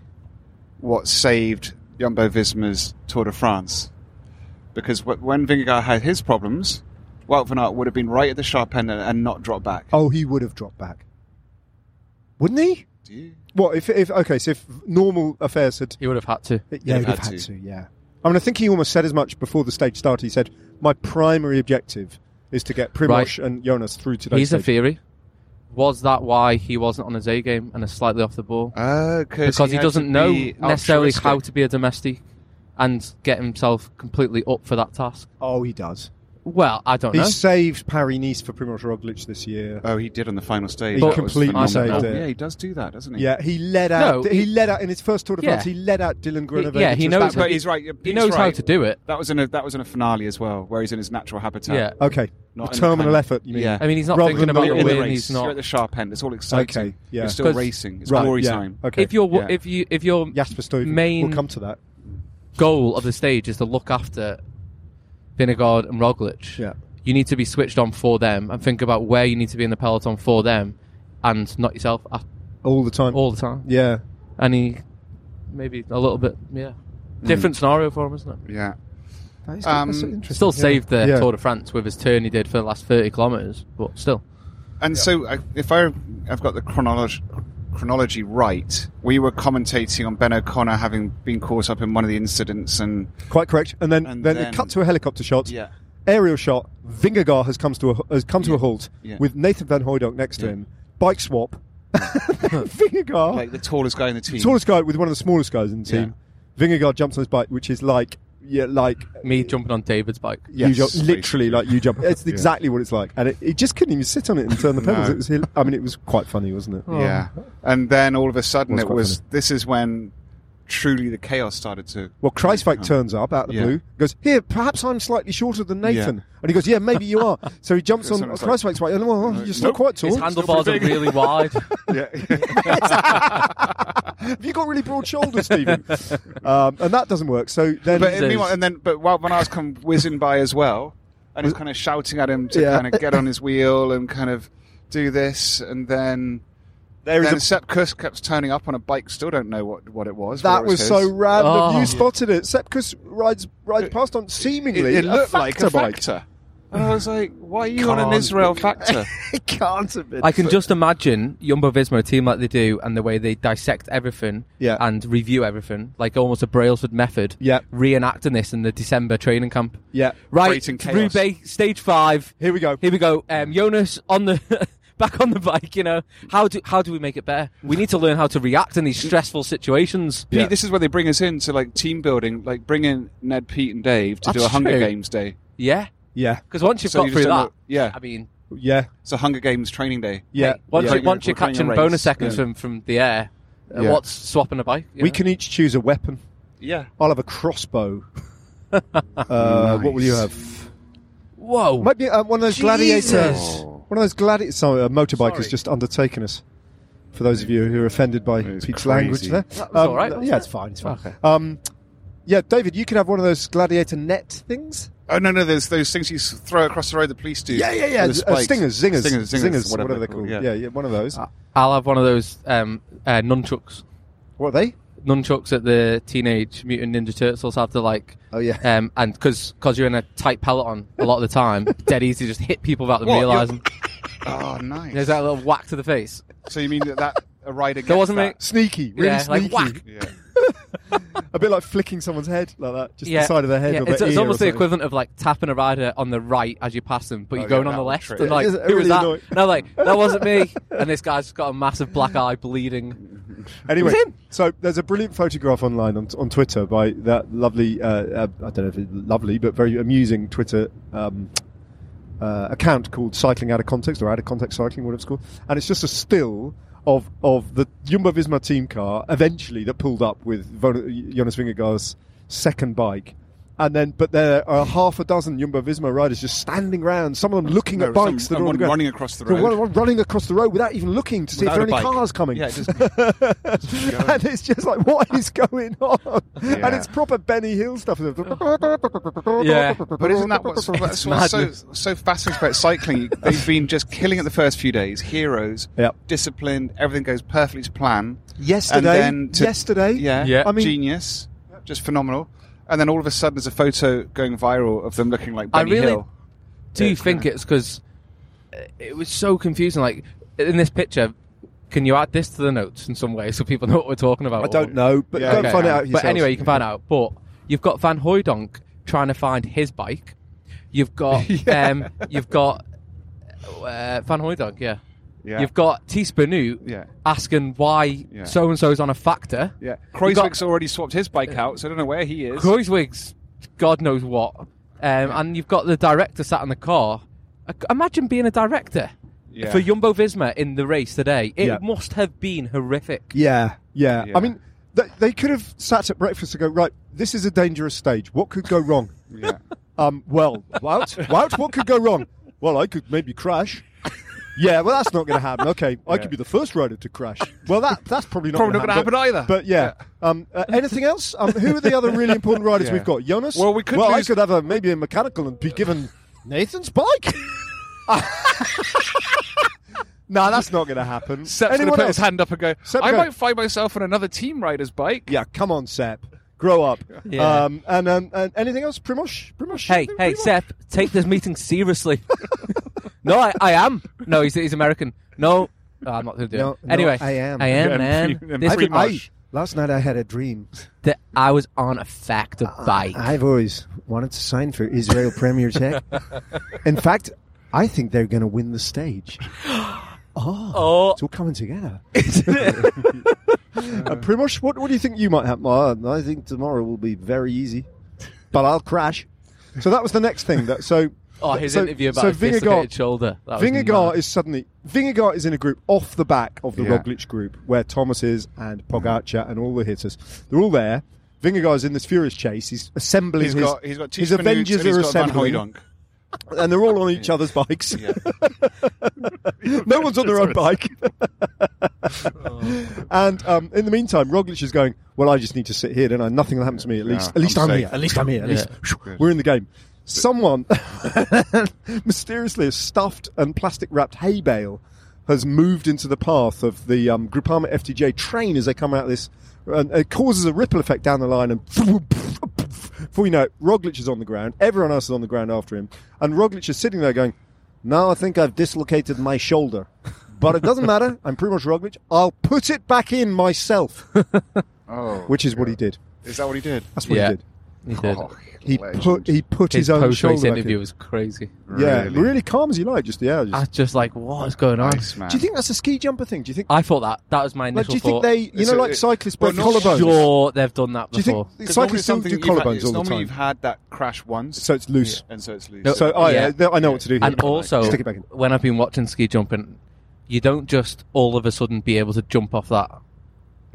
B: what saved Jumbo Visma's Tour de France. Because wh- when Vingegaard had his problems, Wout van Aert would have been right at the sharp end and, and not dropped back.
A: Oh, he would have dropped back, wouldn't he?
B: Do you?
A: What if if okay? So if normal affairs had
C: He would have had to.
A: yeah, he'd have had, to. Yeah, I mean, I think he almost said as much before the stage started. He said, "My primary objective is to get Primoz and Jonas through today's
C: He's a
A: stage."
C: theory. Was that why he wasn't on his A game and is slightly off the ball?
B: Uh,
C: because he,
B: had to
C: doesn't know
B: be
C: necessarily how
B: altruistic.
C: to be a domestic and get himself completely up for that task.
A: Oh, he does.
C: Well, I don't
A: He
C: know.
A: saved Parry Nice for Primoz Roglic this year.
B: Oh, he did on the final stage.
A: He
B: That was
A: completely
B: phenomenal.
A: saved it.
B: Yeah, he does do that, doesn't he?
A: yeah, he led out.
C: No,
A: he
C: he-
A: led out in his first Tour de
C: Yeah.
A: France. He led out Dylan Groenewegen.
C: yeah, he
A: just
C: knows
B: But,
A: that
B: but
A: much.
B: he's right.
C: He
B: he's
C: knows how
B: right.
C: to do it.
B: That was in a that was in a finale as well, where he's in his natural habitat.
C: Yeah.
A: Okay,
B: Not in the
A: terminal
B: kind of-
A: effort. You mean?
B: Yeah.
C: I mean, he's not
A: Rather
C: thinking
A: than
C: about
A: the
C: the
A: in
C: win.
B: race.
C: He's not.
B: You're at the sharp end. It's all exciting.
A: Okay, yeah.
B: You're still
C: 'Cause-
B: racing. It's
A: right,
B: glory
A: yeah.
B: time.
A: Okay.
C: If your
B: Yeah.
C: if you if your
A: Jasper Stuyven.
C: main-
A: We'll come to that.
C: goal of the stage is to look after Vingegaard and Roglic,
A: Yeah.
C: you need to be switched on for them and think about where you need to be in the peloton for them, and not yourself at
A: All the time.
C: all the time.
A: Yeah.
C: And he maybe a little bit yeah
B: Mm.
C: different scenario for him, isn't it?
B: Yeah.
A: That is,
B: Um,
A: that's interesting.
C: Still
A: yeah.
C: saved the
A: Yeah.
C: Tour de France with his turn he did for the last thirty kilometers, but still.
B: And so, I, if I, I've got the chronology, chronology right, we were commentating on Ben O'Connor having been caught up in one of the incidents, and
A: Quite correct. And then
B: And
A: then, it
B: then-
A: cut to a helicopter shot. Aerial shot. Vingegaard has comes to a has come to a
B: Yeah.
A: halt
B: Yeah.
A: with Nathan van Hooydonk next to
B: Yeah.
A: him. Bike swap. Vingegaard.
B: like the tallest guy in the team.
A: Oh. tallest guy with one of the smallest guys in the
B: Yeah.
A: team. Vingegaard jumps on his bike, which is like yeah, like
C: Me jumping on David's bike.
A: you
B: Yes,
A: jump,
B: basically.
A: literally like you jump. It's exactly what it's like, and it, it just couldn't even sit on it and turn the pedals.
B: No.
A: It was, hil- I mean, it was quite funny, wasn't
C: Oh.
A: it?
B: Yeah. And then all of a sudden,
A: Was
B: it
A: quite
B: was.
A: funny.
B: This is when truly the chaos started to.
A: Well, Kreisvik turns up out of the
B: Yeah.
A: blue, goes, Here, perhaps I'm slightly shorter than Nathan.
B: Yeah.
A: And he goes, Yeah, maybe you are. So he jumps on
B: Something's
A: Kreisvik's bike, and well,
B: No,
A: you're still
B: nope.
A: quite tall.
C: His handlebars are really wide.
B: yeah.
A: Have you got really broad shoulders, Stephen? um, and that doesn't work. So then.
B: but
C: Jesus.
B: meanwhile, and then but while Van Aert come whizzing by as well, and he's kind of shouting at him to
A: Yeah.
B: kind of get on his wheel and kind of do this, and then
A: there
B: then Sepp Kuss kept turning up on a bike. Still don't know what what it was.
A: That
B: whether it
A: was
B: his.
A: so random.
C: Oh.
A: You spotted it. Sepkus rides rides past on
B: It,
A: seemingly.
B: it looked
A: a
B: like
A: factor
B: a
A: bike.
B: factor. And I was like, "Why are you on
C: Can't
B: an Israel factor?"
A: It can't have been.
C: I can just imagine Jumbo Visma, a team like they do, and the way they dissect everything
A: Yeah.
C: and review everything, like almost a Brailsford method,
A: Yeah.
C: reenacting this in the December training camp.
A: Yeah.
C: Right,
B: Creating chaos.
C: Roubaix, stage five.
A: Here we go.
C: Here we go. Um, Jonas on the back on the bike. You know how do how do we make it better? We need to learn how to react in these stressful situations.
B: Pete,
A: Yeah.
B: this is where they bring us in to like team building, like bring in Ned, Pete, and Dave to do
C: That's
B: a Hunger
C: true.
B: Games day.
C: Yeah,
A: Yeah.
C: because once you've
B: So
C: got
B: you just
C: through
B: don't
C: that,
B: know- yeah.
C: I mean,
A: Yeah.
B: It's a Hunger Games training day.
A: Yeah.
C: mate, once,
A: yeah.
C: You, once
B: We're
C: you're
B: training a
C: catching
B: race.
C: bonus seconds
B: Yeah.
C: from from the air, uh,
B: Yeah.
C: what's swapping a bike? you
A: We
C: know?
A: can each choose a weapon.
B: Yeah,
A: I'll have a crossbow. uh, What will you have?
C: Whoa,
A: Might be uh, one of those gladiators.
C: Jesus.
A: One of those gladiators. Sorry, a motorbike has
C: Sorry.
A: just undertaken us. For those of you who are offended by
B: was
A: Pete's
B: crazy.
A: language, there. Um,
C: was all right, wasn't
A: Yeah,
C: it?
A: it's fine. It's fine.
C: Okay.
A: Um, yeah, David, you could have one of those gladiator net things.
B: Oh no, no, there's those things you s- throw across the road. The police do.
A: Yeah, yeah, yeah.
B: With the
A: z- uh,
B: spikes.
A: stingers, zingers,
B: zingers, zingers,
A: whatever, they're called. Yeah. yeah, one of those.
C: Ah. I'll have one of those um, uh, nunchucks.
A: what are they?
C: Nunchucks that the Teenage Mutant Ninja Turtles have to like.
A: Oh, yeah.
C: Um, and because cause you're in a tight peloton a lot of the time, dead easy to just hit people without them
B: What,
C: realizing.
B: Oh, nice.
C: There's that little whack to the face.
B: So you mean that, that a rider gets
C: There wasn't
B: that?
A: Sneaky, really
C: yeah,
A: sneaky.
C: like whack.
B: Yeah.
A: A bit like flicking someone's head like that, just
C: Yeah,
A: the side of their head.
C: yeah,
A: or
C: it's,
A: their
C: it's
A: ear
C: almost
A: or
C: the
A: something.
C: equivalent of like tapping a rider on the right as you pass them, but you're
B: Oh, yeah,
C: going on
B: that
C: the
B: would
C: left.
B: trip.
C: And like,
A: It's
C: who was
A: really
C: that?
A: annoying.
C: And I'm like, that wasn't me. And this guy's just got a massive black eye, bleeding.
A: Anyway,
C: It was him.
A: so there's a brilliant photograph online on, on Twitter by that lovely, uh, uh, I don't know if it's lovely, but very amusing Twitter um, uh, account called Cycling Out of Context or Out of Context Cycling, whatever it's called. And it's just a still of of the Jumbo Visma team car eventually that pulled up with Von- Jonas Vingegaard's second bike. And then, but there are half a dozen Jumbo Visma riders just standing around, some of them looking
B: No,
A: at bikes
B: some-
A: that are on
B: one
A: the ground.
B: running across the
A: So one-
B: road.
A: one running across the road without even looking to see
B: Without
A: if
B: a
A: there are any
B: bike.
A: cars coming
B: Yeah, just-
A: and it's just like, what is going on?
B: Yeah.
A: And it's proper Benny Hill stuff.
C: Yeah.
B: But isn't that what's, that's what's so so fascinating about cycling? They've been just killing it the first few days. Heroes,
A: Yep.
B: disciplined, everything goes perfectly to plan.
A: Yesterday,
B: and then to-
A: yesterday,
B: yeah,
C: Yeah.
A: I mean-
B: genius, just phenomenal. And then all of a sudden, there's a photo going viral of them looking like
C: I
B: Benny
C: really
B: Hill.
C: Do
B: Yeah,
C: you think it's because it was so confusing? Like, in this picture, can you add this to the notes in some way so people know what we're talking about?
A: I don't know, but
B: Yeah,
A: go and
B: okay.
A: find it out.
C: But
A: yourselves.
C: anyway, you can find out. But you've got Van Hooydonk trying to find his bike. You've got um, you've got uh, Van Hooydonk, yeah.
B: Yeah.
C: You've got Tispanu
B: Yeah.
C: asking why
B: Yeah.
C: so and so's on a factor.
B: Yeah,
C: You've got-
B: Kreuzwick's already swapped his bike out, so I don't know where he is.
C: Kreuzwig's God knows what. Um, and you've got the director sat in the car. I- Imagine being a director
B: Yeah.
C: for Jumbo Visma in the race today. It
A: Yeah.
C: must have been horrific.
A: Yeah, yeah.
B: Yeah.
A: I mean, th- they could have sat at breakfast and go, right, this is a dangerous stage. What could go wrong?
B: Yeah.
A: Um, well, Wout, Wout, what could go wrong? Well, I could maybe crash. Yeah, well, that's not going to happen. Okay, I
B: Yeah.
A: could be the first rider to crash. Well, that that's probably not
B: Probably
A: gonna
B: not gonna happen either.
A: But yeah, Um, uh, anything else? Um, who are the other really important riders
B: Yeah.
A: we've got? Jonas.
B: Well, we could
A: Well, I
B: lose-
A: could have a maybe a mechanical and be given Nathan's bike. nah, that's not going to happen.
D: Sep's going to
A: Anyone
D: put
A: else?
D: his hand up and go,
A: Sep,
D: I
A: go.
D: might find myself on another team rider's bike.
A: Yeah, come on, Sep. Grow up.
C: Yeah.
A: Um, and, um, and anything else? Primosh? Primosh?
C: Hey,
A: Primosh?
C: hey, Seth, take this meeting seriously. no, I, I am. No, he's, he's American. No, no, I'm not going to do
A: No,
C: it.
A: no,
C: Anyway,
A: I am.
C: I am,
B: Yeah,
C: man.
B: pre-
C: this
B: I
C: week,
B: think
A: I,
B: Primož.
A: last night I had a dream.
C: that I was on a factor
A: Uh,
C: bike.
A: I've always wanted to sign for Israel Premier Tech. In fact, I think they're going to win the stage.
C: oh,
A: It's all coming together. Uh, Primosh, what, what do you think you might happen? Oh, I think tomorrow will be very easy, but I'll crash. So that was the next thing. That so.
C: oh, his
A: so-
C: interview about
A: so
C: his dislocated
A: Vingegaard,
C: shoulder. That was
A: Vingegaard
C: mad.
A: is suddenly Vingegaard is in a group off the back of the
B: Yeah. Mm.
A: Roglic group where Thomas is and Pogacar and all the hitters. They're all there. Vingegaard's in this furious chase. He's assembling
B: He's
A: his
B: got he's got
A: his
B: Tiesmanut
A: Avengers
B: and he's
A: are
B: got Van
A: assembling,
B: Hooydonk.
A: and they're all on each other's bikes. no one's on their own bike.
B: Oh.
A: and um, in the meantime, Roglic is going. Well, I just need to sit here, don't I? Nothing will happen to me. At
B: Yeah,
A: least, at least
B: I'm
A: I'm,
B: safe.
A: here. At least I'm here. At
C: Yeah.
A: least we're in the game. Someone mysteriously a stuffed and plastic wrapped hay bale has moved into the path of the um, Groupama FTJ train as they come out of this. And it causes a ripple effect down the line, and before you know it, Roglic is on the ground. Everyone else is on the ground after him, and Roglic is sitting there going, "Now I think I've dislocated my shoulder, but it doesn't matter. I'm pretty much Roglic. I'll put it back in myself,"
B: Oh,
A: which is what he did.
B: is that what he did?
A: That's what
C: Yeah.
A: he did.
C: He did.
B: Oh,
A: He
B: legend.
A: put he put his,
C: His,
A: own
C: post-race
A: shoulder. back
C: interview
A: in.
C: was crazy.
A: Yeah,
B: Really?
A: really, calm as you like. Just yeah. Just,
C: I was just like, what is going on?
B: Nice, man.
A: Do you think that's a ski jumper thing? Do you think?
C: I thought that that was my
A: Like,
C: initial
A: do you
C: thought.
A: think they, you
B: It's
A: know,
B: a-
A: like
B: it-
A: cyclists
B: well,
A: break
B: not
A: collarbones?
C: Sure, they've done that
A: Do you
C: before.
A: think
B: 'Cause normally
A: cyclists still do
B: you've had-
A: collarbones
B: it's
A: all the
B: normally
A: time?
B: you've had that crash once,
A: So it's loose.
B: and so it's loose.
C: No,
A: So oh, yeah,
C: Yeah.
A: no, I know what to do. Here.
C: and also,
A: stick it back in.
C: when I've been watching ski jumping, you don't just all of a sudden be able to jump off that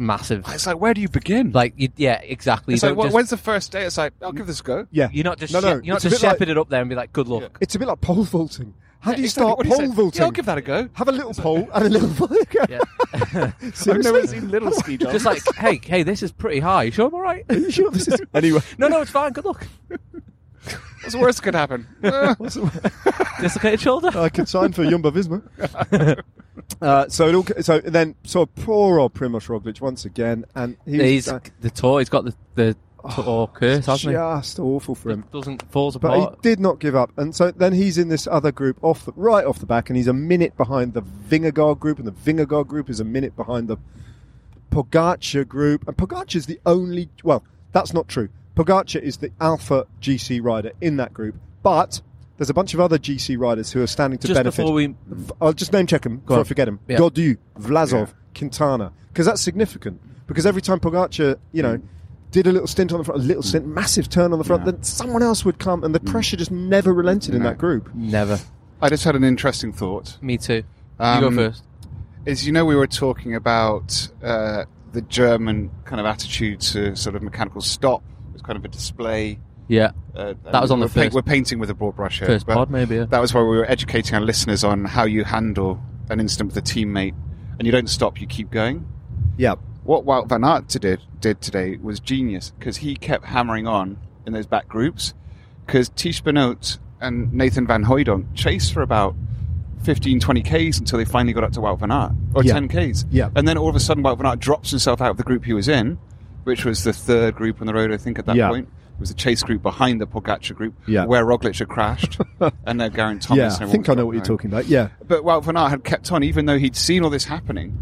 C: massive.
B: it's like where do you begin?
C: Like, you, yeah, exactly.
D: It's
C: you
D: like,
C: don't
D: wh-
C: just,
D: when's the first day? It's like, I'll give this a go.
A: yeah,
C: you're not just
A: No, no,
C: she- you're not
A: it's a
C: just
A: bit like-
C: shepherd it up there and be like, good luck.
A: it's a bit like pole vaulting. How do you
D: Exactly,
A: start
D: what do you
A: pole
D: say?
A: vaulting?
D: Yeah, I'll give that a go.
A: Have a little pole and a little. Seriously?
D: I've never seen little ski jumps.
C: Just like, hey, hey, this is pretty high. You sure I'm all right?
A: Are you sure this is anyway?
C: no, no, it's fine. Good luck.
D: What's the worst that could happen? Eh,
A: What's
C: Dislocated shoulder.
A: I could sign for Jumbo Visma. uh, so it all. So and then, so poor old Primoz Roglic once again, and he was,
C: He's
A: uh,
C: the tour. He's got the the
A: Oh,
C: tour curse, hasn't he?
A: just awful for him.
C: It doesn't falls
A: But
C: apart.
A: he did not give up, and so then he's in this other group off the, right off the back, and he's a minute behind the Vingegaard group, and the Vingegaard group is a minute behind the Pogacar group, and Pogacar's the only. Well, that's not true. Pogacar is the alpha GC rider in that group, but there's a bunch of other GC riders who are standing to
C: just
A: benefit.
C: before we,
A: F- I'll just name check him before
C: on.
A: I forget him.
C: Yeah.
A: Godu, Vlasov,
B: Yeah.
A: Quintana, because that's significant. Because every time Pogacar, you know, did a little stint on the front, a
D: Mm.
A: little stint, massive turn on the front,
B: Yeah.
A: then someone else would come, and the pressure just never relented in
B: No.
A: that group.
C: never.
B: I just had an interesting thought.
C: Me too.
B: Um,
C: you go first.
B: Is you know we were talking about uh, the German kind of attitude to sort of mechanical stop. It's kind of a display.
C: Yeah,
B: Uh,
C: That was on the
B: we're paint-
C: first-
B: we're painting with a broad brush here.
C: first
B: but
C: pod maybe. Yeah.
B: That was where we were educating our listeners on how you handle an incident with a teammate, and you don't stop. You keep going.
A: Yeah,
B: what Wout van Aert did did today was genius because he kept hammering on in those back groups because Tish Benoot and Nathan van Hooydonk chased for about 15, 20 Ks until they finally got up to Wout van Aert or
A: Yeah.
B: 10 Ks.
A: Yeah.
B: And then all of a sudden Wout van Aert drops himself out of the group he was in, which was the third group on the road, I think, at that
A: Yeah.
B: point. It was the chase group behind the Pogacar group
A: Yeah.
B: where Roglic had crashed and now Garen
A: yeah.
B: Thomas.
A: I think I know what you're
B: talking
A: talking about. Yeah,
B: but Wout van Aert had kept on, even though he'd seen all this happening,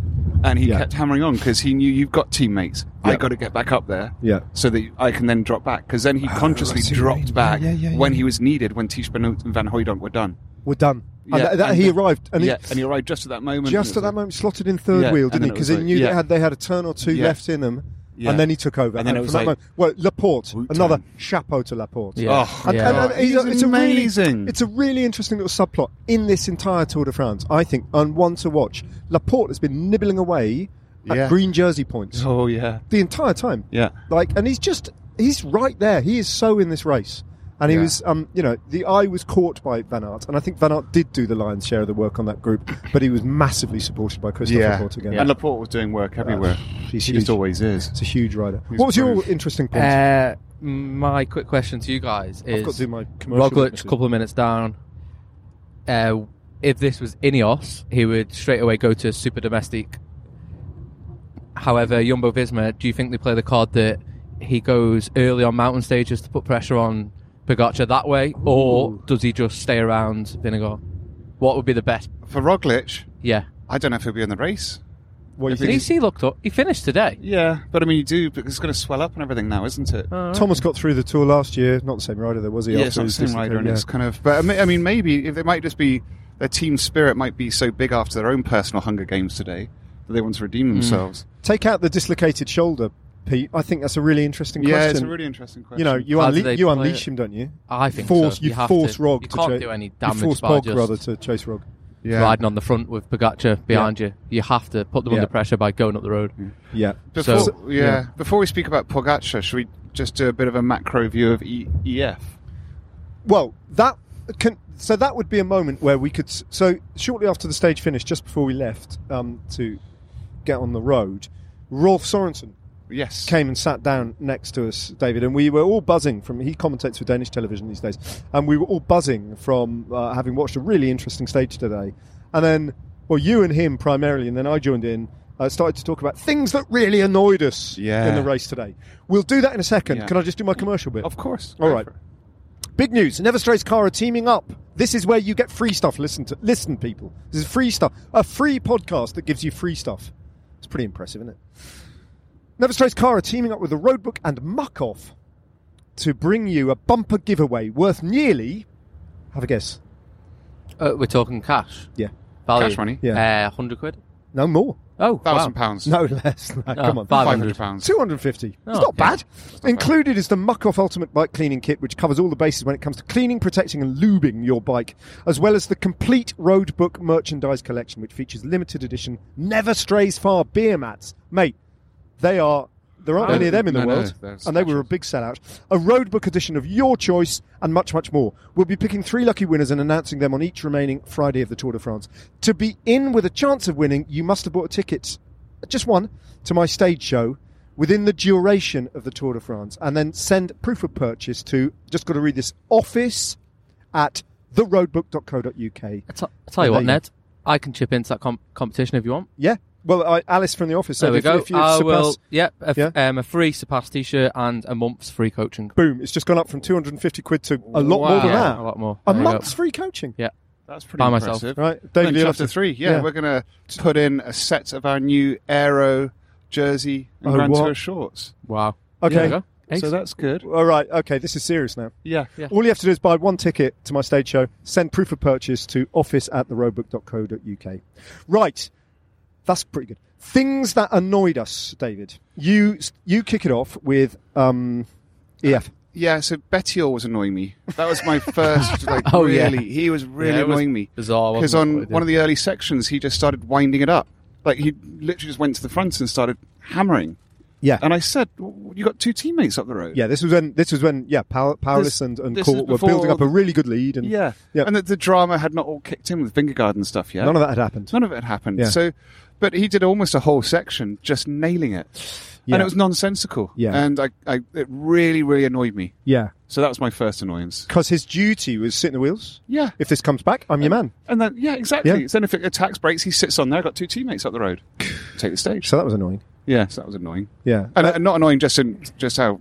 B: and he
A: Yeah.
B: kept hammering on because he knew you've got teammates.
A: Yeah.
B: I got to get back up there,
A: Yeah. Ah,
B: so that I can then drop back. Because then he consciously
A: I see what you
B: dropped
A: mean.
B: back
A: Yeah, yeah, yeah,
B: when
A: yeah.
B: he was needed, when Tish Benoot and Van Hooydonk were done.
A: We're done. And
D: Yeah,
A: that, that-
D: and
A: he
D: the-
A: arrived, and he-
D: yeah, and you're right. Just at that moment.
A: just at that moment slotted in third
D: Yeah,
A: wheel,
D: and
A: didn't
D: then
A: he?
D: it
A: Because
D: was
A: he
D: like-
A: knew they
D: yeah.
A: had they had a turn or two
D: Yeah.
A: left in them,
D: Yeah.
A: and then he took over.
D: And then it
A: from
D: was
A: that
D: like-
A: moment, well, Laporte,
D: Wu-Tang.
A: another chapeau to Laporte.
C: Yeah.
D: Oh,
A: And,
C: Yeah.
A: and- and
B: God,
A: he's a-
B: he's
A: it's A really,
B: amazing.
A: it's a really interesting little subplot in this entire Tour de France, I think, and one to watch. Laporte has been nibbling away at
B: Yeah.
A: green jersey points
D: Oh yeah.
A: the entire time.
D: Yeah.
A: Like, and he's just he's right there. He is so in this race, and he
B: Yeah.
A: was, um, you know, the eye was caught by Van Aert, and I think Van Aert did do the lion's share of the work on that group, but he was massively supported by Christophe
B: Yeah.
A: Laporte again.
B: And Laporte was doing work everywhere.
A: he's
B: he
A: huge.
B: just always is.
A: It's a huge rider.
B: He's
A: What was your
B: brave.
A: interesting point?
C: Uh, my quick question to you guys is:
A: I've got to do my commercial.
C: Roglic,
A: message.
C: couple of minutes down. Uh, if this was Ineos, he would straight away go to Super Domestic. However, Jumbo Visma, do you think they play the card that he goes early on mountain stages to put pressure on Pogacar that way, or does he just stay around Vinegar? What would be the best?
B: For Roglic,
C: Yeah,
B: I don't know if he'll be in the race.
A: What do
B: If
A: you
C: at
A: think?
C: least he looked up. He finished today.
B: Yeah, but I mean, you do because it's going to swell up and everything now, isn't it?
C: All right.
A: Thomas got through the tour last year. Not the same rider, there was he?
B: yeah,
A: after
B: it's not the
A: his
B: same
A: dislocated-
B: rider, and
A: yeah.
B: it's kind of. But I mean, I mean, maybe if it might just be their team spirit might be so big after their own personal Hunger Games today that they want to
A: Hmm.
B: redeem themselves.
A: Take out the dislocated shoulder, Pete. I think that's a really interesting
B: Yeah,
A: question.
B: it's a really interesting question.
A: you know, you,
C: How do
A: unle-
C: they
A: you
C: play
A: unleash
C: it?
A: him, don't you?
C: I think
A: force
C: so.
A: you,
C: have
A: force
C: to.
A: Rog.
C: You
A: to
C: can't
A: chase-
C: do any
A: You
C: damage
A: force
C: by
A: Pog
C: just
A: rather to chase Rog.
B: yeah.
C: riding on the front with Pogacar behind you. You have to put them
A: Yeah. Mm.
C: under pressure by going up the road.
A: Yeah,
B: Before,
C: So-
B: yeah.
A: yeah.
B: Before we speak about Pogacar, should we just do a bit of a macro view of e- EF?
A: Well, that can, so that would be a moment where we could. s- So shortly after the stage finish, just before we left um, to get on the road, Rolf Sorensen
B: Yes.
A: came and sat down next to us, David, and we were all buzzing from. He commentates for Danish television these days, and we were all buzzing from uh, having watched a really interesting stage today. And then, well, you and him primarily, and then I joined in. Uh, started to talk about things that really annoyed us
B: Yeah.
A: in the race today. We'll do that in a second.
B: Yeah.
A: Can I just do my commercial bit?
B: Of course.
A: All
B: Go
A: right.
B: for it.
A: Big news: Never Strays Car are teaming up. This is where you get free stuff. Listen to listen, people. This is free stuff. A free podcast that gives you free stuff. It's pretty impressive, isn't it? Never Strays Car are teaming up with the Roadbook and Muck Off to bring you a bumper giveaway worth nearly. Have a guess.
C: Uh, we're talking cash.
A: Yeah.
C: Value.
B: Cash money?
A: Yeah.
C: Uh, 100 quid?
A: No more.
C: Oh,
B: Thousand
C: wow.
B: pounds.
A: No less. No, come on.
C: five.
B: Ah, Five hundred pounds.
A: 250. it's
C: Oh,
A: not bad.
B: bad.
A: Included is the Muck Off Ultimate Bike Cleaning Kit, which covers all the bases when it comes to cleaning, protecting, and lubing your bike, as well as the complete Road Book merchandise collection, which features limited edition Never Strays Far beer mats. Mate, they are. There aren't
B: Oh,
A: many of them in the
B: no, no,
A: world,
B: they're
A: and they were a big sellout. A roadbook edition of your choice, and much, much more. We'll be picking three lucky winners and announcing them on each remaining Friday of the Tour de France. To be in with a chance of winning, you must have bought a ticket, just one, to my stage show within the duration of the Tour de France, and then send proof of purchase to. Just got to read this office at theroadbook.co.uk.
C: I t- I
A: And
C: tell you what,
A: there you
C: Ned, I can chip into that com- competition if you want.
A: Yeah. Well, I, Alice from the office said
C: there we
A: if,
C: go.
A: if you
C: I
A: surpass,
C: will, yeah, a, f-
A: Yeah.
C: Um, a free Surpass t shirt and a month's free coaching.
A: boom, it's just gone up from 250 quid to a lot more than
C: Yeah,
A: that.
C: A lot more.
A: A
C: There you go.
A: month's free coaching.
C: Yeah.
B: That's pretty
C: By myself.
B: impressive.
A: Right, David,
B: Then
A: you'll have
B: chapter
A: to-
B: three. Yeah,
A: yeah.
B: we're gonna put in a set of our new Aero jersey and
A: Oh,
B: Grand
A: what?
B: Tour shorts.
C: Wow.
A: Okay.
C: There we go. Ace.
D: So that's good.
A: All right. Okay. This is serious now.
D: Yeah.
C: Yeah.
A: All you have to do is buy one ticket to my stage show, send proof of purchase to office at theroadbook.co.uk. Right. That's pretty good. Things that annoyed us, David. You you kick it off with um, EF.
B: Yeah, so Bettiol was annoying me. That was my first. like,
C: Oh, yeah.
B: really, he was really
C: Yeah, it was
B: annoying me.
C: bizarre, wasn't
B: because
C: it,
B: on
C: what he
B: one
C: did?
B: of the early sections, he just started winding it up. Like he literally just went to the front and started hammering.
A: Yeah.
B: And I said, "W- "You got two teammates up the road."
A: yeah. This was when this was when yeah, Pow- Powerless
B: This-
A: and and
B: this is
A: Court were
B: before-
A: building up a really good lead and
B: yeah,
A: Yeah.
B: And that the drama had not all kicked in with Vingegaard and stuff yet.
A: none of that had happened.
B: None of it happened.
A: Yeah.
B: So, but he did almost a whole section just nailing it,
A: Yeah.
B: and it was nonsensical.
A: Yeah.
B: and I, I, it really, really annoyed me.
A: Yeah.
B: So that was my first annoyance.
A: Because his duty was sitting the wheels.
B: Yeah,
A: If this comes back, I'm your man.
B: and then yeah, exactly.
A: Yeah.
B: Then if it attacks breaks, he sits on there. Got two teammates up the road. Take the stage.
A: So that was annoying.
B: Yeah, so that was annoying,
A: Yeah.
B: and, and not annoying just in just how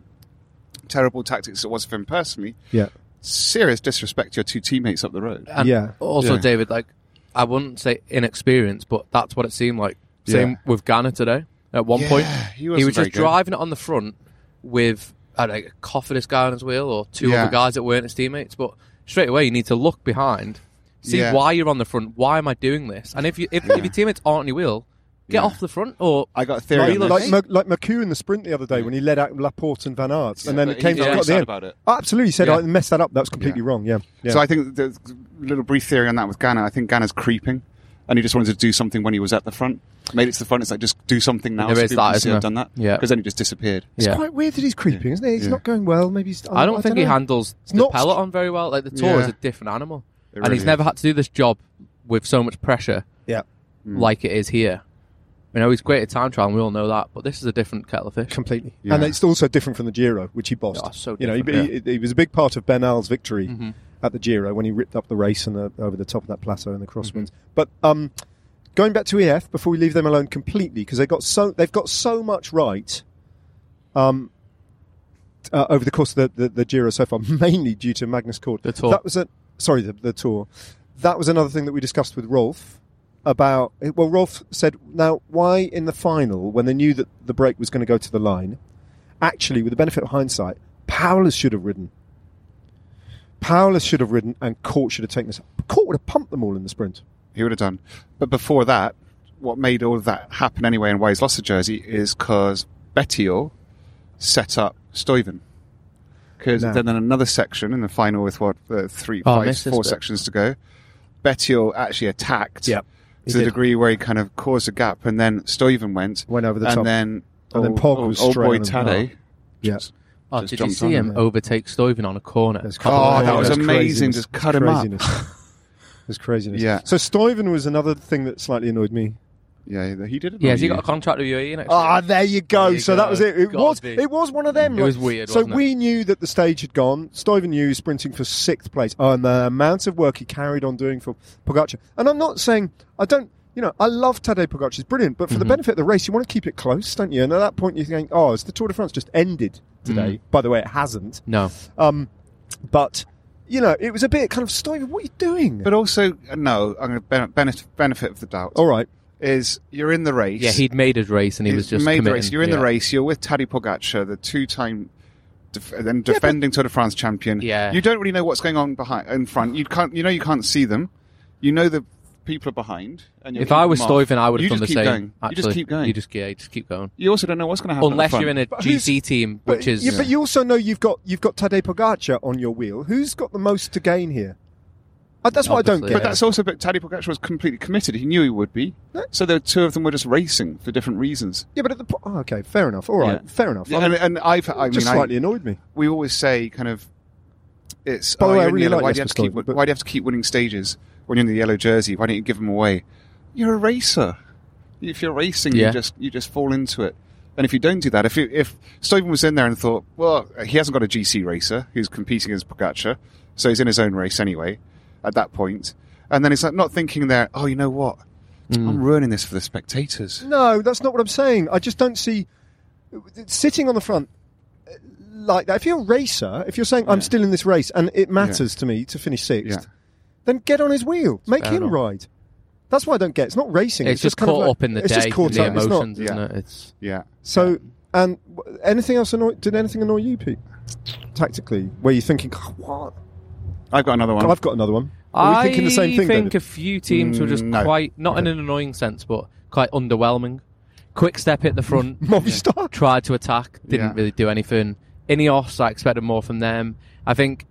B: terrible tactics it was for him personally.
A: Yeah.
B: Serious disrespect to your two teammates up the road.
C: And
A: Yeah.
C: Also,
B: Yeah.
C: David, like, I wouldn't say inexperienced, but that's what it seemed like. Same
B: Yeah.
C: with Ghana today. At one
B: Yeah,
C: point,
B: he
C: he was
B: wasn't
C: just
B: very good.
C: driving it on the front with I don't know, a cough at his guy on his wheel or two
B: Yeah.
C: other guys that weren't his teammates. But straight away, you need to look behind, See
B: Yeah.
C: why you're on the front. Why am I doing this? And if you if, if your teammates aren't on your wheel, get
B: Yeah.
C: off the front or
B: I got a theory.
C: Like-
B: on
C: like
B: this.
C: mo-
A: Like, like McHugh in the sprint the other day when he led out Laporte and Van Aert, and then
D: but
A: it came
D: he-
A: to
D: yeah,
A: at
D: he's
A: the
D: sad
A: end.
D: about it.
A: Oh, absolutely, he said
C: Yeah.
A: I messed that up. That was completely wrong. Yeah, yeah.
B: So I think the little brief theory on that with Ghana. I think Ghana's creeping, and he just wanted to do something when he was at the front. Made it to the front. It's like just do something now.
C: There
B: so
C: is
B: people
C: that,
B: can see
C: isn't
B: I've
C: there?
B: done that.
C: Yeah.
B: Because then he just disappeared.
A: it's
C: yeah.
A: quite weird that he's creeping, isn't it? He's
B: Yeah.
A: not going well. Maybe he's,
C: I don't think he
A: know.
C: handles the
A: not-
C: peloton very well. Like the tour
B: Yeah.
C: is a different animal,
B: It
C: and
B: really
C: he's never had to do this job with so much pressure
A: Yeah,
B: Mm.
C: like it is here. You know, he's great at time trial, and we all know that. But this is a different kettle of fish.
A: completely.
B: Yeah.
A: And it's also different from the Giro, which he bossed.
C: Oh, so
A: you know, he,
C: different,
A: he, he was a big part of Ben Al's victory at the Giro when he ripped up the race and the, over the top of that plateau and the crosswinds. But um, going back to EF before we leave them alone completely because they got so they've got so much right. Um, uh, over the course of the, the, the Giro so far, mainly due to Magnus Cord.
C: The Tour.
A: That was a sorry, the, the tour. That was another thing that we discussed with Rolf about. Well, Rolf said, now why in the final when they knew that the break was going to go to the line, actually with the benefit of hindsight, Paulus should have ridden. Paulus should have ridden, and Court should have taken this. Court would have pumped them all in the sprint.
B: He would have done. But before that, what made all of that happen anyway and why he's lost the jersey is because Betio set up Stuyven. Because
A: No.
B: then in another section in the final with what uh, three,
C: Oh, I
B: five,
C: missed this
B: four
C: bit.
B: sections to go, Betio actually attacked
A: Yep, he
B: to the
A: did.
B: degree where he kind of caused a gap, and then Stuyven went,
A: Went over the
B: and
A: top.
B: then
A: And then
B: old-
A: Pog
B: old-
A: was
B: old
A: straight
B: boy
A: on him.
B: Tadej.
A: Yeah.
B: just-
C: Oh,
B: just
C: did you
B: jumped
C: see
B: on
C: him
A: him, yeah.
C: overtake Stuyven on a corner?
A: That's
B: Oh,
A: Yeah,
B: that was
A: it
B: amazing. Just cut him up.
A: craziness. It was craziness.
B: Yeah.
A: So Stuyven was another thing that slightly annoyed me.
B: Yeah, he did it.
C: yeah,
B: on
C: has he
B: you.
C: got a contract with UAE next?
A: Ah, there you go.
C: There you
A: so
C: go.
A: that was it. It
C: Gotta
A: was
C: be.
A: it was one of them.
C: It was
A: Like,
C: weird,
A: So
C: wasn't it?
A: we knew that the stage had gone. Stuyven knew he was sprinting for sixth place. Oh, and the amount of work he carried on doing for Pogacar. And I'm not saying I don't. You know, I love Tadej Pogacar. He's brilliant, but for the
C: Mhm.
A: benefit of the race, you want to keep it close, don't you? And at that point, you think, oh, it's the Tour de France just ended today.
C: Mm.
A: By the way, it hasn't.
C: No,
A: Um, but you know, it was a bit kind of Stuyven. What are you doing?
B: But also, uh, no, I'm going to benefit benefit of the doubt.
A: all right.
B: Is you're in the race.
C: yeah, he'd made his race and he
B: You
C: was just
B: made the
C: committing.
B: race. You're in
C: Yeah.
B: the race. You're with Tadej Pogacar, the two-time def- and defending Tour de France champion.
C: Yeah.
B: You don't really know what's going on behind in front. You can't. You know you can't see them. You know the people are behind. And you're
C: If I
B: keeping
C: was
B: them off.
C: Stuyven, I would
B: You
C: have done the
B: just
C: same.
B: keep Going.
C: Actually,
B: you just keep going.
C: You
B: You,
C: just yeah, you just keep going.
B: also don't know what's going to happen.
C: Unless
B: at the
C: you're in a
A: But who's-
C: GC team,
A: But
C: which is
A: you, but you also know you've got you've got Tadej Pogacar on your wheel. Who's got the most to gain here? Uh, that's what I don't
C: Obviously,
A: get.
B: But that's also. But Tadej Pogacar was completely committed. He knew he would be. So the two of them were just racing for different reasons.
A: Yeah, but at the po- oh, okay, fair enough. All right,
B: Yeah.
A: fair enough. I
B: and,
A: mean,
B: and I've. I mean,
A: just
B: I-
A: slightly annoyed me.
B: we always say kind of it's
A: By the
B: oh,
A: way, I
B: you're in
A: really
B: yellow,
A: like
B: why do you have
A: Jesper
B: to keep
A: Stuyven, but-
B: why do you have to keep winning stages when you're in the yellow jersey? Why don't you give them away? You're a racer. If you're racing,
C: Yeah.
B: you just you just fall into it. And if you don't do that, if you, if Stuyven was in there and thought, well, he hasn't got a GC racer who's competing against Pogacar, so he's in his own race anyway. At that point, and then it's like not thinking there. Oh, you know what?
A: Mm.
B: I'm ruining this for the spectators.
A: No, that's not what I'm saying. I just don't see uh, sitting on the front uh, like that. If you're a racer, if you're saying I'm still in this race and it matters to me to finish sixth,
B: Yeah.
A: then get on his wheel, make
C: fair
A: him
C: enough.
A: ride. That's what I don't get. It's not racing.
C: it's,
A: It's,
C: just
A: kind of
C: caught
A: like-
C: up in the
A: it's
C: day,
A: just caught
C: the
A: up. It's not-
C: emotions, isn't
B: yeah.
C: it? It's
B: Yeah.
A: So, and w- anything else annoy? Did anything annoy you, Pete? Tactically, where you're thinking, "Oh, what?
B: I've got another one.
A: I've got another one. Are we thinking the same thing?
C: I think
A: David?
C: a few teams were just
B: Mm, no.
C: quite, not in an annoying sense, but quite underwhelming. Quick step hit the front,
A: Movistar.
C: tried to attack, didn't
B: Yeah.
C: really do anything. Ineos, I expected more from them. I think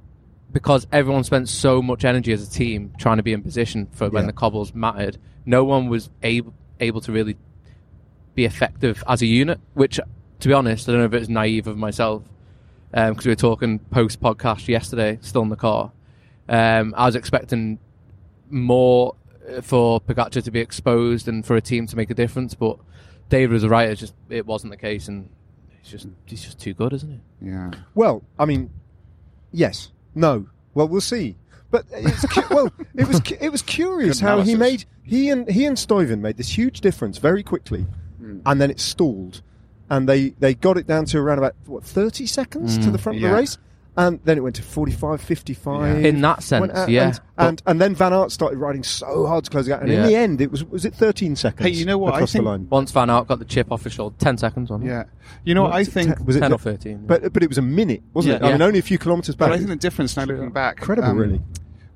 C: because everyone spent so much energy as a team trying to be in position for when
A: Yeah.
C: the cobbles mattered, no one was able able to really be effective as a unit. Which, to be honest, I don't know if it's naive of myself because we were talking post podcast yesterday, still in the car. Um, I was expecting more uh, for Pogacar to be exposed and for a team to make a difference, but David was right. It's just it wasn't the case, and he's just he's just too good, isn't he?
B: yeah.
A: Well, I mean, yes, no. Well, we'll see. But it's cu- well, it was cu- it was curious
B: Good
A: how he
B: analysis.
A: made he and he and Stuyven made this huge difference very quickly, and then it stalled, and they they got it down to around about what thirty seconds to the front of
B: yeah.
A: the race. And then it went to 45, 55.
C: Yeah. In that
A: went
C: sense, yeah.
A: uh, And, and, and then Van Aert started riding so hard to close it out. And in
C: Yeah.
A: the end, it was was it 13 seconds
B: Hey, you know what? I
A: across
B: think-
A: the line?
C: Once Van Aert got the chip off his shoulder, ten seconds on.
B: Yeah. You know what? I think
A: was it
C: ten or
A: th-
C: thirteen.
A: But, but it was a minute, wasn't
B: Yeah.
A: it? I mean,
C: Yeah.
A: only a few kilometres back.
B: But I think the difference now looking back, Um,
A: Incredible, really.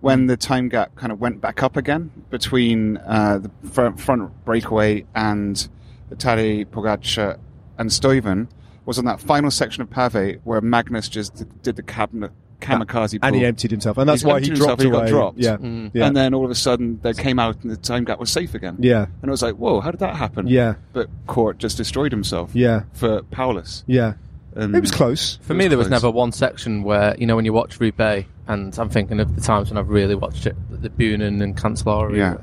B: when the time gap kind of went back up again between uh, the front, front breakaway and Tadej Pogacar and Stuyven was on that final section of Pave where Magnus just did the cabinet, kamikaze
A: and he
B: pull.
A: emptied himself, and that's
B: He's
A: why he
B: emptied himself,
A: dropped
B: he got
A: away.
B: dropped.
A: Yeah,
C: Mm.
A: yeah,
B: And then all of a sudden, they came out and the time gap was safe again.
A: yeah,
B: And it was like, whoa, how did that happen?
A: yeah,
B: But Court just destroyed himself
A: yeah,
B: for Paulus.
A: yeah.
B: Um,
A: It was close.
C: For me, there was
B: close.
C: never one section where you know when you watch Roubaix, and I'm thinking of the times when I've really watched it, the Bunin and Cancellara,
B: Yeah.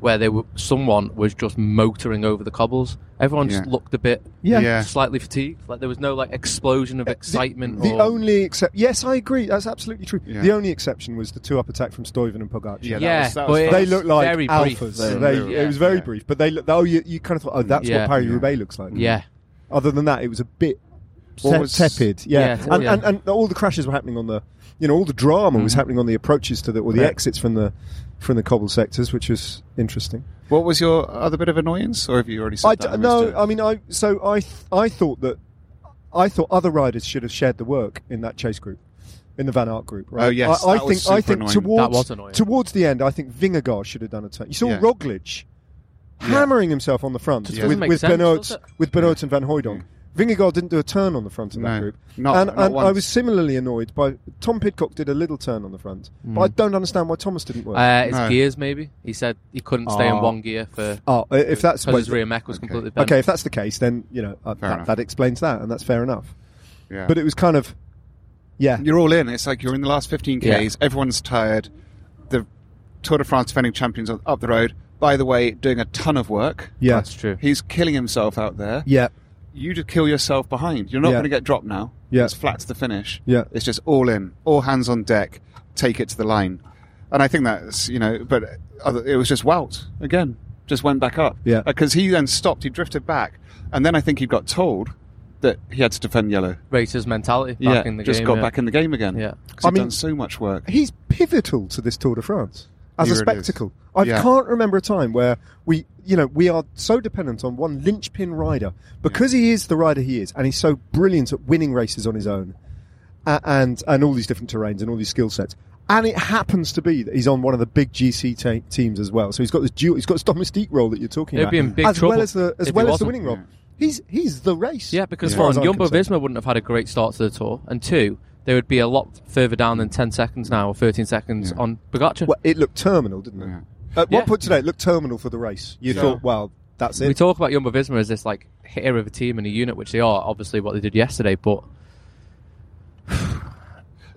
C: where they were someone was just motoring over the cobbles. Everyone just
B: Yeah.
C: looked a bit
A: Yeah.
B: Yeah.
C: slightly fatigued. Like there was no like explosion of excitement.
A: The, the
C: or,
A: only except yes, I agree. That's absolutely true.
B: Yeah.
A: The only exception was the two-up attack from Stuyven and Pogacar.
B: Yeah, that
C: yeah,
B: was- that
C: but
B: was
C: it
A: They
B: fast.
C: was
A: looked like
C: very
A: alphas.
C: brief.
A: They,
B: were,
A: It was very
B: yeah.
A: brief, but they looked, oh, you, you kind of thought, oh, that's
C: Yeah.
A: what Paris
B: Yeah.
A: Roubaix looks like.
C: Yeah,
A: Other than that, it was a bit
B: What
A: te-
B: was-
A: tepid. Yeah,
C: Yeah,
A: and,
C: yeah.
A: And, and all the crashes were happening on the, you know, all the drama was
C: Mhm.
A: happening on the approaches to the or the
B: Yeah.
A: exits from the from the cobble sectors, which was interesting.
B: What was your other bit of annoyance, or have you already said
A: I d-
B: that?
A: no, I mean, I so I th- I thought that I thought other riders should have shared the work in that chase group, in the Van Aert group. Right?
B: Oh, yes,
A: I, I
B: that was
A: think I
B: super
A: think
B: annoying.
A: towards
C: That was annoying.
A: towards the end, I think Vingegaard should have done a turn. You saw
B: Yeah.
A: Roglic hammering himself on the front
C: Just
B: doesn't
A: with
C: make
A: with
C: sense,
A: Benoit
C: does it?
A: with Benoit and Van Hooydonk. Vingegaard didn't do a turn on the front of that
B: No.
A: group,
B: Not-
A: and,
B: not
A: and I
B: once.
A: was similarly annoyed by Tom Pidcock did a little turn on the front, but I
B: Mm.
A: don't understand why Thomas didn't work.
C: uh, it's
B: No.
C: gears. Maybe he said he couldn't stay
A: Ah.
C: in one gear for
A: oh, if that's
C: because
A: what-
C: his rear mech was
B: Okay.
C: completely bent.
A: okay, if that's the case, then you know uh,
B: Fair
A: that,
B: enough.
A: that explains that, and that's fair enough.
B: Yeah.
A: But it was kind of, yeah,
B: you're all in. It's like you're in the last 15 Ks.
C: Yeah.
B: Everyone's tired. The Tour de France defending champions are up the road. By the way, doing a ton of work.
A: yeah,
C: that's true.
B: He's killing himself out there.
A: yeah,
B: You just kill yourself behind. You're not
A: Yeah.
B: going to get dropped now.
A: Yeah.
B: It's flat to the finish.
A: Yeah.
B: It's just all in, all hands on deck. Take it to the line. And I think that's, you know, but other- it was just Wout again. Just went back up.
A: Yeah.
B: Because he then stopped. He drifted back. And then I think he got told that he had to defend yellow.
C: Racer's mentality back
B: yeah,
C: in the
B: just
C: game.
B: got
C: yeah.
B: back in the game again.
C: Yeah.
B: because
A: I
B: he'd
A: mean-
B: done so much work.
A: he's pivotal to this Tour de France as
B: Here
A: a
B: it is.
A: spectacle. I
B: Yeah.
A: can't remember a time where we, you know, we are so dependent on one linchpin rider because he is the rider he is, and he's so brilliant at winning races on his own, uh, and and all these different terrains and all these skill sets. And it happens to be that he's on one of the big GC ta teams as well. So he's got this dual, he's got this domestique role that you're talking
C: He'd
A: about,
C: be in big
A: as well
C: trouble
A: as the
C: if
A: as
C: he
A: well as the
C: wasn't.
A: winning role.
B: Yeah.
A: He's he's the race.
C: Yeah, because
A: as far
C: one,
A: as I'm
C: Jumbo
A: concerned.
C: Visma wouldn't have had a great start to the tour, and two, they would be a lot further down than ten seconds now or thirteen seconds
B: Yeah.
C: on Pogacar.
A: Well, it looked terminal, didn't it?
B: Yeah.
A: At
C: Yeah.
A: one point today, it looked terminal for the race. You
B: Yeah.
A: thought, well, that's
C: we
A: it.
C: talk about Jumbo Visma as this like hero of a team and a unit, which they are obviously what they did yesterday, but the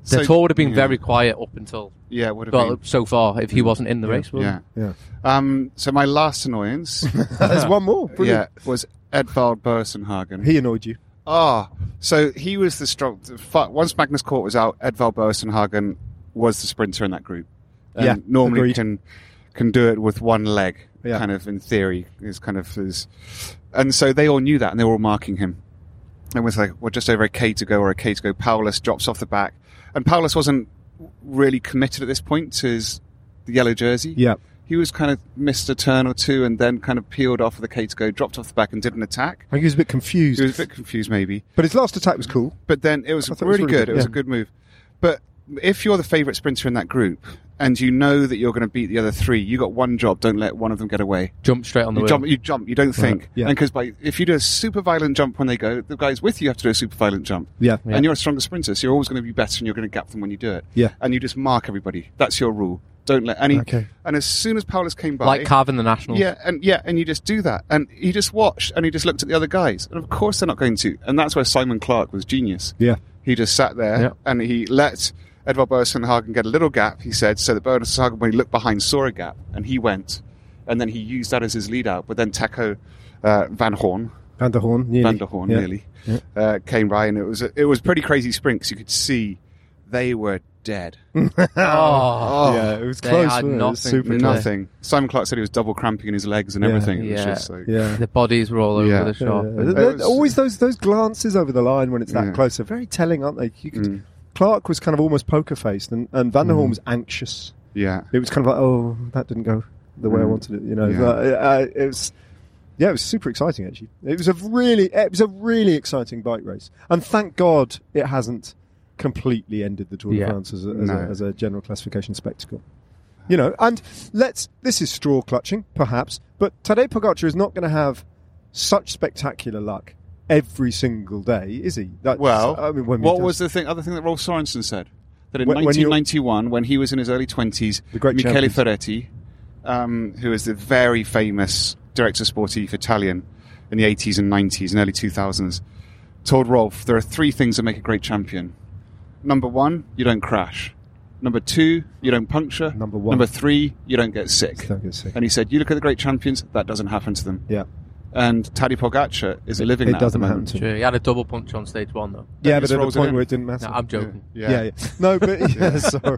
B: So-
C: tour would have been
B: yeah.
C: very quiet up until
B: Yeah, it would have
C: well
B: been. Mm.
C: so far if he wasn't in the race. would
B: Yeah.
A: yeah.
B: Um, so my last annoyance,
A: There's one more.
B: yeah,
A: Brilliant.
B: was Edvard Bosenhagen.
A: He annoyed you.
B: Ah, so he was the strong. the fu- Once Magnus Court was out, Edvald Bosenhagen was the sprinter in that group. And
A: Yeah,
B: normally
A: agreed.
B: can can do it with one leg,
A: Yeah.
B: kind of in theory is kind of his. And so they all knew that, and they were all marking him. And was like, well, just over a K to go or a K to go. Paulus drops off the back, and Paulus wasn't really committed at this point to his the yellow jersey
A: Yeah.
B: he was kind of missed a turn or two and then kind of peeled off of the K to go, dropped off the back and did an attack.
A: I think he was a bit confused.
B: He was a bit confused maybe,
A: but his last attack was cool.
B: but then it was
A: I
B: really,
A: thought it was really
B: good.
A: good,
B: It was
A: yeah.
B: a good move. But if you're the favourite sprinter in that group and you know that you're going to beat the other three, you got one job. Don't let one of them get away.
C: Jump straight on the
B: You
C: wheel.
B: jump, you jump, you don't think.
A: yeah.
B: And because by if you do a super violent jump when they go, the guys with you have to do a super violent jump.
A: Yeah.
C: Yeah.
B: And you're a stronger sprinter, so you're always going to be better and you're going to gap them when you do it.
A: Yeah.
B: And you just mark everybody. That's your rule. Don't let any.
A: Okay.
B: And as soon as Paulus came by,
C: like Cav in the Nationals.
B: yeah, and yeah, and you just do that, and he just watched, and he just looked at the other guys, and of course they're not going to, and that's where Simon Clark was genius.
A: Yeah.
B: He just sat there
C: Yeah.
B: and he let Edvard Boassenhagen get a little gap. He said so that Boassenhagen, when he looked behind, saw a gap, and he went, and then he used that as his lead out. But then Taco uh, Van Horn,
A: Van der Horn. Nearly.
B: Van der Horn,
A: Yeah.
B: really
A: Yeah.
B: uh, came by, and it was a, it was pretty crazy sprint 'cause you could see they were dead.
A: Mm.
C: Oh,
B: Oh,
A: yeah, it was
C: They
A: close.
C: had
A: wasn't it? It was
C: nothing.
A: super close.
B: nothing. Simon Clark said he was double cramping in his legs and
A: Yeah.
B: everything. It was
C: Yeah.
B: just like,
A: Yeah.
C: the bodies were all over
B: Yeah.
C: the shop.
A: Yeah.
C: And-
A: There- there-
B: was-
A: always those those glances over the line when it's that
B: Yeah.
A: close are very telling, aren't they? You could,
B: Mm.
A: Clark was kind of almost poker faced, and, and Van der Horn was anxious.
B: yeah.
A: It was kind of like, oh, that didn't go the way I
B: Mm.
A: wanted it. You know,
B: Yeah.
A: But, uh, it was. Yeah, it was super exciting actually. It was a really, it was a really exciting bike race, and thank God it hasn't completely ended the Tour de
C: Yeah.
A: France as a, as,
B: No.
A: a, as a general classification spectacle. You know, and let's. This is straw clutching, perhaps, but Tadej Pogacar is not going to have such spectacular luck every single day, is he? That's,
B: Well,
A: I mean, when we
B: what
A: done-
B: was the thing? Other thing that Rolf Sorensen said that in
A: When- when you-
B: 1991, when he was in his early 20s,
A: The great
B: Michele
A: champions.
B: Ferretti, um, who is the very famous director sportif Italian in the 80s and 90s and early 2000s, told Rolf there are three things that make a great champion. Number one, you don't crash. Number two, you don't puncture.
A: Number one.
B: Number three, you don't get sick.
A: Don't get sick.
B: And he said, you look at the great champions, that doesn't happen to them.
A: Yeah,
B: And Tadej Pogacar is a living
A: it
B: that at the
A: doesn't happen
B: moment.
A: to him.
C: Sure, he had a double punch on stage one though.
A: Yeah, but
B: just
A: at the
B: rolls it
A: point
B: in.
A: where it didn't matter.
C: No, I'm
B: uh,
C: joking.
A: Oh, yeah. yeah, No, but yeah, sorry.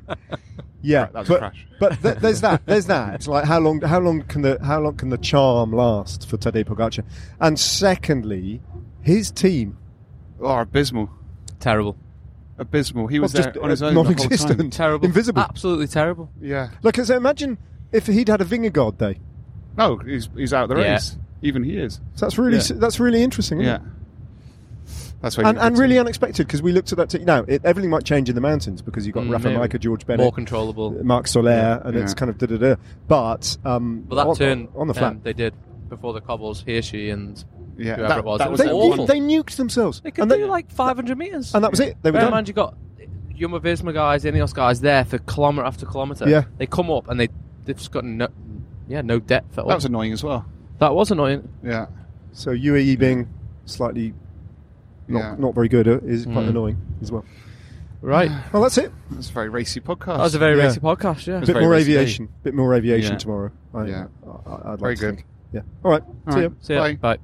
A: Yeah,
B: Right, that was a
A: but,
B: crash.
A: but th- there's that. There's that. It's like how long? How long can the how long can the charm last for Tadej Pogacar? And secondly, his team
B: Oh, abysmal.
C: Terrible.
B: abysmal. He
A: well,
B: was
A: just
B: there on his
A: uh,
B: own the whole time. Ah.
A: non-existent,
C: Terrible.
A: invisible.
C: Absolutely terrible.
B: Yeah.
A: Like, so imagine if he'd had a Vingegaard day.
B: No, he's he's out of the
C: Yeah.
B: race. Even he is.
A: So that's really
B: Yeah.
A: s that's really interesting. Isn't
B: Yeah.
A: it?
B: That's why.
A: Mm. And,
B: you
A: and
B: could
A: really
B: see.
A: unexpected because we looked at that. T- now it, everything might change in the mountains because you've got
C: Mm,
A: Rafa
C: maybe.
A: Micah, George
C: More
A: Bennett,
C: controllable.
A: Mark Soler, and it's
B: Yeah.
A: kind of da da da. But um,
C: Well, that
A: on,
C: turn
A: on the flat,
C: um, they did before the cobbles, he or she, and
B: yeah.
C: whoever
B: That-
C: it was.
B: that
C: it was
B: was
A: they,
B: their
A: nu-
C: awful.
A: they nuked themselves.
C: They could
A: and
C: do like 500 meters.
A: and that was it. They were
C: Bear in
A: done.
C: mind, you got Jumbo Visma guys, Ineos guys there for kilometre after kilometre.
A: Yeah.
C: They come up and they, they've just got no, yeah, no depth at all.
B: That was annoying as well.
C: that was annoying.
B: Yeah.
A: So UAE being slightly not,
B: Yeah.
A: not very good uh, is quite
C: Mm.
A: annoying as well.
C: Right.
A: Well, that's it.
B: That's a very racy podcast.
C: That was a very
A: Yeah.
C: racy podcast, yeah.
A: A
B: was
A: bit
B: very
A: more
B: risky.
A: aviation. Bit more aviation
B: Yeah.
A: tomorrow. I,
B: Yeah.
A: I, I, would
B: Very
A: like to
B: good.
A: think. Yeah. All right.
B: All
A: See
B: right.
A: ya.
C: See ya.
B: Bye.
C: Bye.